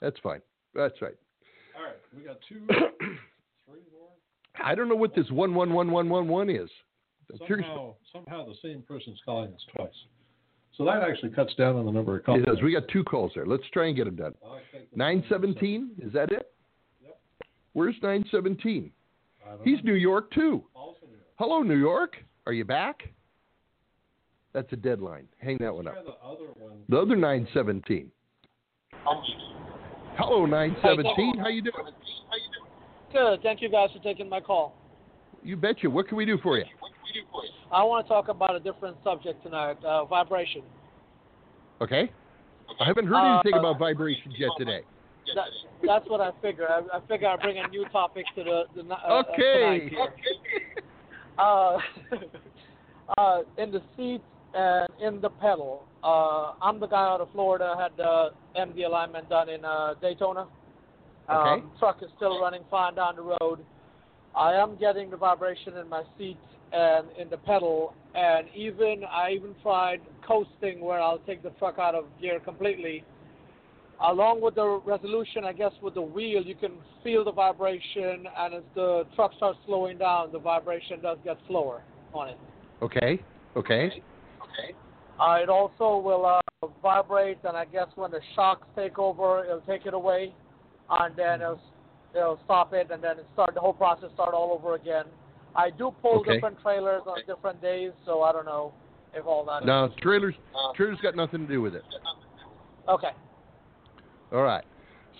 Speaker 2: That's fine. That's right.
Speaker 3: All right, we got two, three more.
Speaker 2: I don't know what this one one one one one one is. [COUGHS] I'm curious.
Speaker 3: Somehow, somehow the same person's calling us twice. So that actually cuts down on the number of calls.
Speaker 2: It does. We got two calls there. Let's try and get them done.
Speaker 3: I think that-
Speaker 2: Nine seventeen. Is that it? Yep. Where's 917? He's New York too. Hello, New York. Are you back? That's a deadline. Hang that one up.
Speaker 3: The other one.
Speaker 2: The other 917. Hello, 917. How you doing?
Speaker 10: Good. Thank you guys for taking my call.
Speaker 2: You betcha. What can we do for you?
Speaker 10: I want to talk about a different subject tonight uh, vibration.
Speaker 2: Okay. I haven't heard anything
Speaker 10: Uh,
Speaker 2: about vibrations yet today.
Speaker 10: That, that's what I figure. I, I figure I bring a new topic to the, the ni- uh,
Speaker 2: Okay.
Speaker 10: Uh, tonight here. uh, [LAUGHS] uh, in the seat and in the pedal. Uh, I'm the guy out of Florida. Had the MD alignment done in uh, Daytona. Um,
Speaker 11: Okay.
Speaker 10: Truck is still running fine down the road. I am getting the vibration in my seat and in the pedal, and even I even tried coasting where I'll take the truck out of gear completely. Along with the resolution, I guess with the wheel, you can feel the vibration, and as the truck starts slowing down, the vibration does get slower on it.
Speaker 2: Okay. Okay.
Speaker 10: Uh, it also will uh, vibrate, and I guess when the shocks take over, it'll take it away, and then it'll, it'll stop it, and then it start the whole process start all over again. I do pull
Speaker 2: Okay.
Speaker 10: different trailers on different days, so I don't know if all that. Uh,
Speaker 2: No, trailers. Trailers got nothing to do with it.
Speaker 10: Okay.
Speaker 2: All right.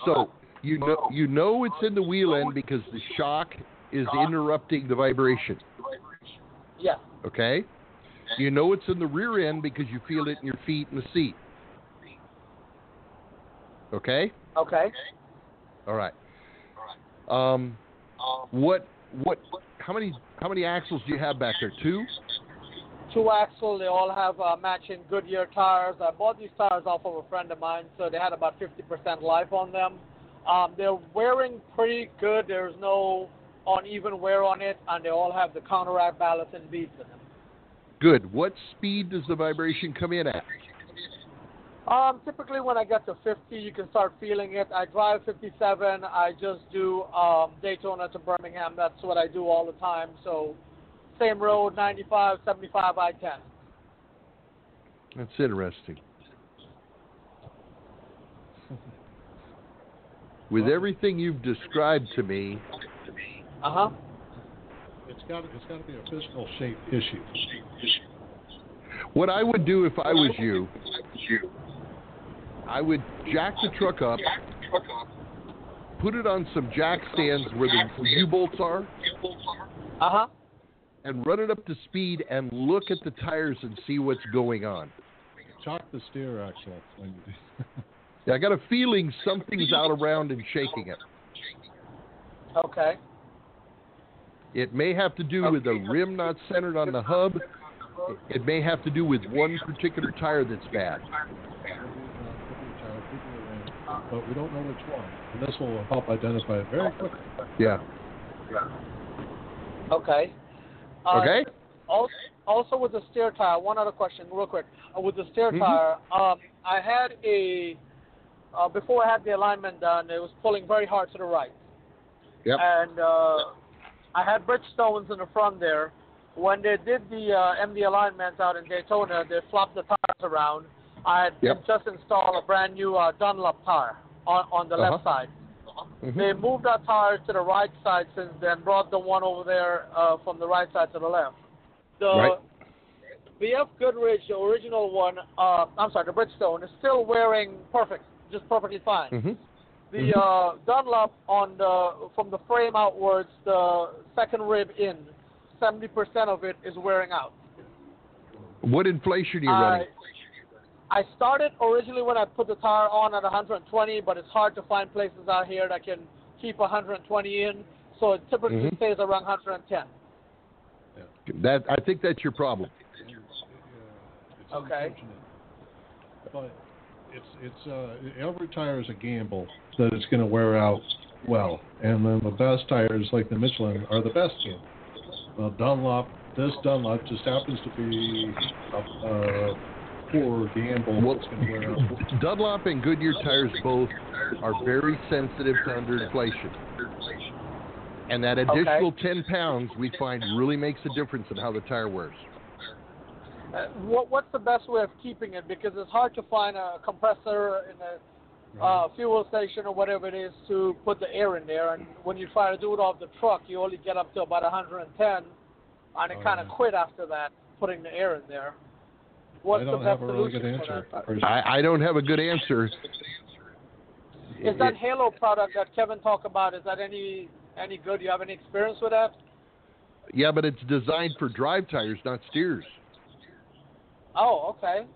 Speaker 2: So you know you know it's in the wheel end because the shock is interrupting the vibration.
Speaker 10: Yes.
Speaker 2: Okay. You know it's in the rear end because you feel it in your feet and the seat. Okay.
Speaker 10: Okay.
Speaker 2: All right. Um, what what how many how many axles do you have back there? Two.
Speaker 10: Two axle. They all have uh, matching Goodyear tires. I bought these tires off of a friend of mine, so they had about 50% life on them. Um, they're wearing pretty good. There's no uneven wear on it, and they all have the counteract ballast and beads in them.
Speaker 2: Good. What speed does the vibration come in at?
Speaker 10: Um, typically, when I get to 50, you can start feeling it. I drive 57. I just do um, Daytona to Birmingham. That's what I do all the time. So, same road, 95, 75, I 10.
Speaker 2: That's interesting. With everything you've described to me,
Speaker 10: Uh
Speaker 2: Uh-huh.
Speaker 10: huh.
Speaker 3: It's got it's got to be a physical shape issue.
Speaker 2: what I would do if I was you, I would jack the truck up, put it on some jack stands Uh-huh. where the U bolts are,
Speaker 10: Uh huh.
Speaker 2: and run it up to speed and look at the tires and see what's going on.
Speaker 3: Chalk the steer axle up when you do.
Speaker 2: I got a feeling something's out around and shaking it.
Speaker 10: Okay.
Speaker 2: It may have to do with the rim not centered on the hub. It may have to do with one particular tire that's bad.
Speaker 3: but we don't know which one. And this will help identify it very quickly.
Speaker 2: Yeah.
Speaker 10: Okay. Uh,
Speaker 2: Okay.
Speaker 10: al- Also, with the steer tire, one other question, real quick. Uh, With the steer
Speaker 2: Mhm.
Speaker 10: tire, um, I had a uh, before I had the alignment done, it was pulling very hard to the right.
Speaker 2: Yep.
Speaker 10: And uh, I had Bridgestones in the front there. When they did the uh, MD alignment out in Daytona, they flopped the tires around. I had
Speaker 2: Yep.
Speaker 10: just installed a brand new uh, Dunlop tire on, on the
Speaker 2: Uh-huh.
Speaker 10: left side.
Speaker 2: Mhm.
Speaker 10: They
Speaker 6: Mm-hmm.
Speaker 10: moved that tire to the right side since then, brought the one over there uh, from the right side to the left. The
Speaker 2: Right.
Speaker 10: BF Goodrich, the original one, uh, I'm sorry, the Bridgestone, is still wearing perfect, just perfectly fine.
Speaker 2: Mhm.
Speaker 10: The uh, Dunlop on the from the frame outwards, the second rib in, 70% of it is wearing out.
Speaker 2: Mm-hmm. What inflation are you
Speaker 10: I-
Speaker 2: running?
Speaker 10: I started originally when I put the tire on at 120, but it's hard to find places out here that can keep 120 in, so it typically
Speaker 2: Mhm.
Speaker 10: stays around 110.
Speaker 2: That I think that's your problem.
Speaker 10: Okay.
Speaker 3: But it's it's uh, every tire is a gamble that it's going to wear out well, and then the best tires like the Michelin are the best gamble. The Dunlop, this Dunlop just happens to be a, a poor gamble. that's going to wear out.
Speaker 2: Dunlop and Goodyear tires both are very sensitive to underinflation. And that additional 10 pounds we find really makes a difference in how the tire wears.
Speaker 10: Uh, what, what's the best way of keeping it? Because it's hard to find a compressor in a uh, fuel station or whatever it is to put the air in there. And when you try to do it off the truck, you only get up to about 110, and it
Speaker 3: Oh,
Speaker 10: kind of
Speaker 3: yeah.
Speaker 10: quit after that, putting the air in there.
Speaker 3: I
Speaker 10: What's the
Speaker 3: don't
Speaker 10: best
Speaker 3: have a really
Speaker 10: solution
Speaker 3: good
Speaker 10: for
Speaker 3: answer.
Speaker 10: that?
Speaker 2: I, I don't have a good answer.
Speaker 10: Is that Halo product that Kevin talked about? Is that any any good? Do you have any experience with that?
Speaker 2: Yeah, but it's designed for drive tires, not steers.
Speaker 10: Oh, okay,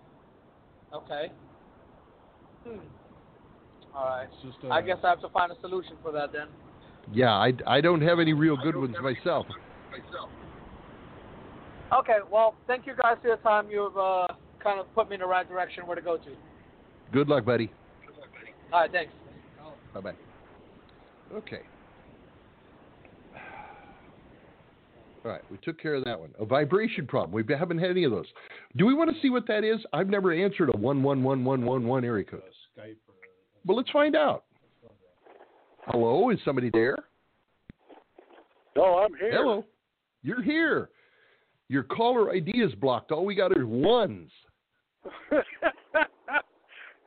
Speaker 10: okay. Hmm. All right.
Speaker 2: uh,
Speaker 10: I guess I have to find a solution for that then.
Speaker 2: Yeah, I, I don't have any real good ones myself.
Speaker 10: Okay. Well, thank you guys for your time. You've uh, kind of put me in the right direction where to go to.
Speaker 2: Good luck, buddy.
Speaker 10: All right. Thanks.
Speaker 2: Bye bye. Okay. All right, we took care of that one. A vibration problem. We haven't had any of those. Do we want to see what that is? I've never answered a one one one one one one area code.
Speaker 3: Skype. Or,
Speaker 2: Well, let's find out. Hello, is somebody there?
Speaker 11: No, I'm here.
Speaker 2: Hello, you're here. Your caller ID is blocked. All we got are ones.
Speaker 11: [LAUGHS] yeah,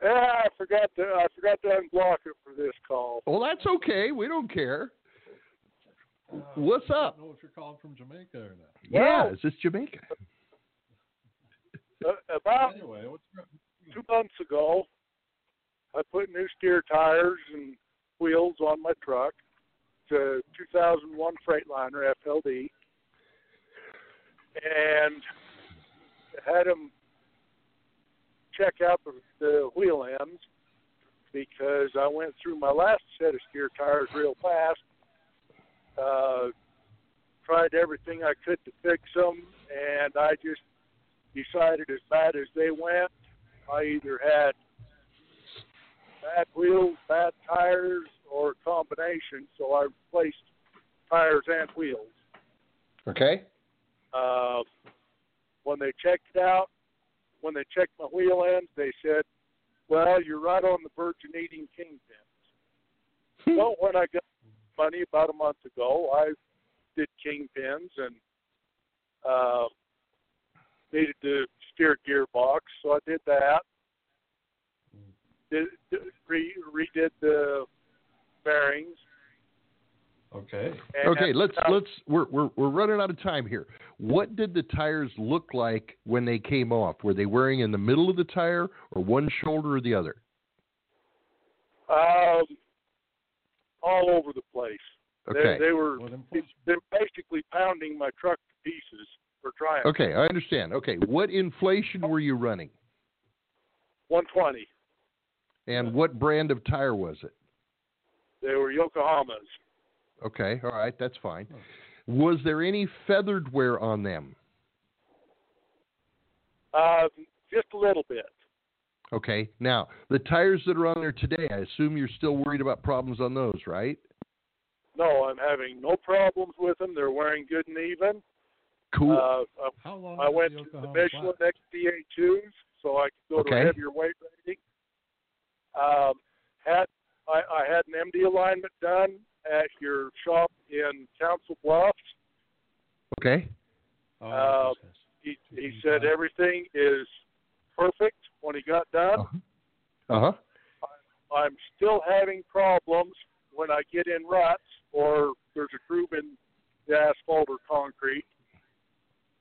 Speaker 11: I forgot to I forgot to unblock it for this call.
Speaker 2: Well, that's okay. We don't care. What's up?
Speaker 3: I don't know if you're calling from Jamaica or not.
Speaker 2: Yeah, is this Jamaica?
Speaker 11: Uh, about
Speaker 3: anyway, what's
Speaker 11: two months ago, I put new steer tires and wheels on my truck. It's a 2001 Freightliner FLD, and had them check out the, the wheel ends because I went through my last set of steer tires real fast. Uh, tried everything I could to fix them, and I just decided as bad as they went, I either had bad wheels, bad tires, or a combination. So I replaced tires and wheels.
Speaker 2: Okay.
Speaker 11: Uh, when they checked it out, when they checked my wheel ends, they said, "Well, you're right on the verge of needing kingpins." well, when I got money about a month ago, I did kingpins and uh, needed to steer gearbox, so I did that. Did, did, re, redid the bearings.
Speaker 3: Okay.
Speaker 11: And
Speaker 2: Okay, let's let's we're we're we're running out of time here. What did the tires look like when they came off? Were they wearing in the middle of the tire or one shoulder or the other?
Speaker 11: um, all over the place.
Speaker 2: Okay.
Speaker 11: They, they were they were basically pounding my truck to pieces for trying.
Speaker 2: Okay, I understand. Okay, what inflation were you running?
Speaker 11: 120.
Speaker 2: And what brand of tire was it?
Speaker 11: They were Yokohamas.
Speaker 2: Okay, all right, that's fine. Was there any feathered wear on them?
Speaker 11: Um, just a little bit.
Speaker 2: Okay. Now, the tires that are on there today, I assume you're still worried about problems on those, right?
Speaker 11: No, I'm having no problems with them. They're wearing good and even.
Speaker 2: Cool.
Speaker 11: Uh, I,
Speaker 3: How long
Speaker 11: I
Speaker 3: is
Speaker 11: went
Speaker 3: the
Speaker 11: to the
Speaker 3: Yokohama
Speaker 11: Michelin XDA2s so I could go to
Speaker 2: Okay.
Speaker 11: a heavier weight rating. Um, had I, I had an MD alignment done at your shop in Council Bluffs.
Speaker 2: Okay.
Speaker 3: Oh,
Speaker 11: Uh, he, he said everything is perfect when he got done.
Speaker 3: Uh-huh.
Speaker 2: Uh huh.
Speaker 11: I'm still having problems when I get in ruts or there's a groove in the asphalt or concrete.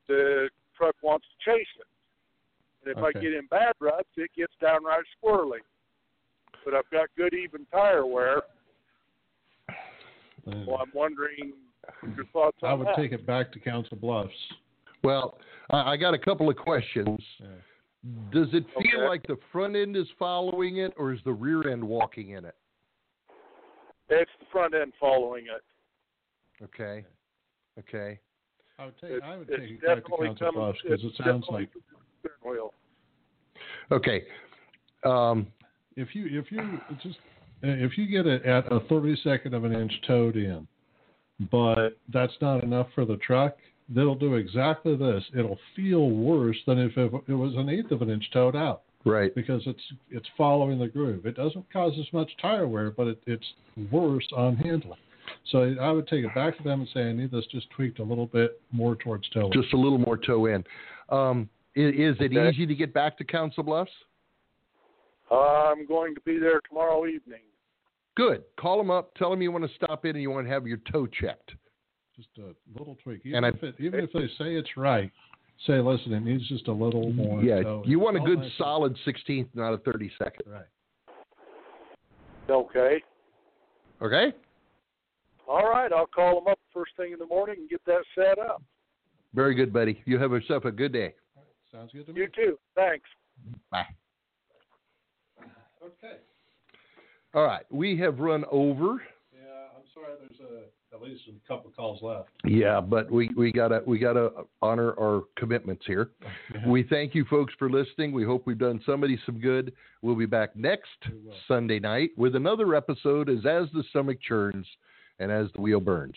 Speaker 11: The truck wants to chase it. And if
Speaker 3: Okay.
Speaker 11: I get in bad ruts, it gets downright squirrely. But I've got good even tire
Speaker 3: [SIGHS]
Speaker 11: wear. So I'm wondering your thoughts on
Speaker 3: I would
Speaker 11: that.
Speaker 3: take it back to Council Bluffs.
Speaker 2: Well, I, I got a couple of questions. Does it feel
Speaker 11: Okay.
Speaker 2: like the front end is following it, or is the rear end walking in it?
Speaker 11: It's the front end following it.
Speaker 2: Okay. Okay.
Speaker 3: I would take,
Speaker 11: It's,
Speaker 3: I would
Speaker 11: it's
Speaker 3: take it back to
Speaker 11: definitely
Speaker 3: Council
Speaker 11: coming.
Speaker 3: Bluffs
Speaker 11: it's
Speaker 3: because it sounds
Speaker 11: definitely
Speaker 3: like
Speaker 11: steering wheel.
Speaker 2: Okay. Um,
Speaker 3: if you if you just Uh, if you get it at a 32nd of an inch towed in, but that's not enough for the truck, they'll do exactly this. It'll feel worse than if it, it was an eighth of an inch towed out
Speaker 2: right.
Speaker 3: because it's it's following the groove. It doesn't cause as much tire wear, but it, it's worse on handling. So I would take it back to them and say I need this just tweaked a little bit more towards towing.
Speaker 2: Just a little more toe in. Um, i- is, it
Speaker 11: Okay.
Speaker 2: easy to get back to Council Bluffs?
Speaker 11: I'm going to be there tomorrow evening.
Speaker 2: Good. Call them up. Tell them you want to stop in and you want to have your toe checked.
Speaker 3: Just uh, a little tweak. Even, if, it, even if they
Speaker 2: [LAUGHS]
Speaker 3: say it's right, say, listen, it needs just a little more.
Speaker 2: yeah,
Speaker 3: toe.
Speaker 2: you want a
Speaker 3: Oh,
Speaker 2: good
Speaker 3: nice.
Speaker 2: solid 16th, not a 32nd.
Speaker 3: Right.
Speaker 11: Okay.
Speaker 2: Okay?
Speaker 11: All right. I'll call them up first thing in the morning and get that set up.
Speaker 2: Very good, buddy. You have yourself a good day.
Speaker 3: Sounds good to me.
Speaker 11: You too. Thanks.
Speaker 2: Bye.
Speaker 3: Okay.
Speaker 2: All right. We have run over.
Speaker 3: Yeah, I'm sorry. There's a, at least a couple calls left.
Speaker 2: Yeah, but we, we gotta we gotta honor our commitments here. We thank you folks for listening. We hope we've done somebody some good. We'll be back next Sunday night with another episode as as the stomach churns and as the wheel
Speaker 3: [LAUGHS]
Speaker 2: burns.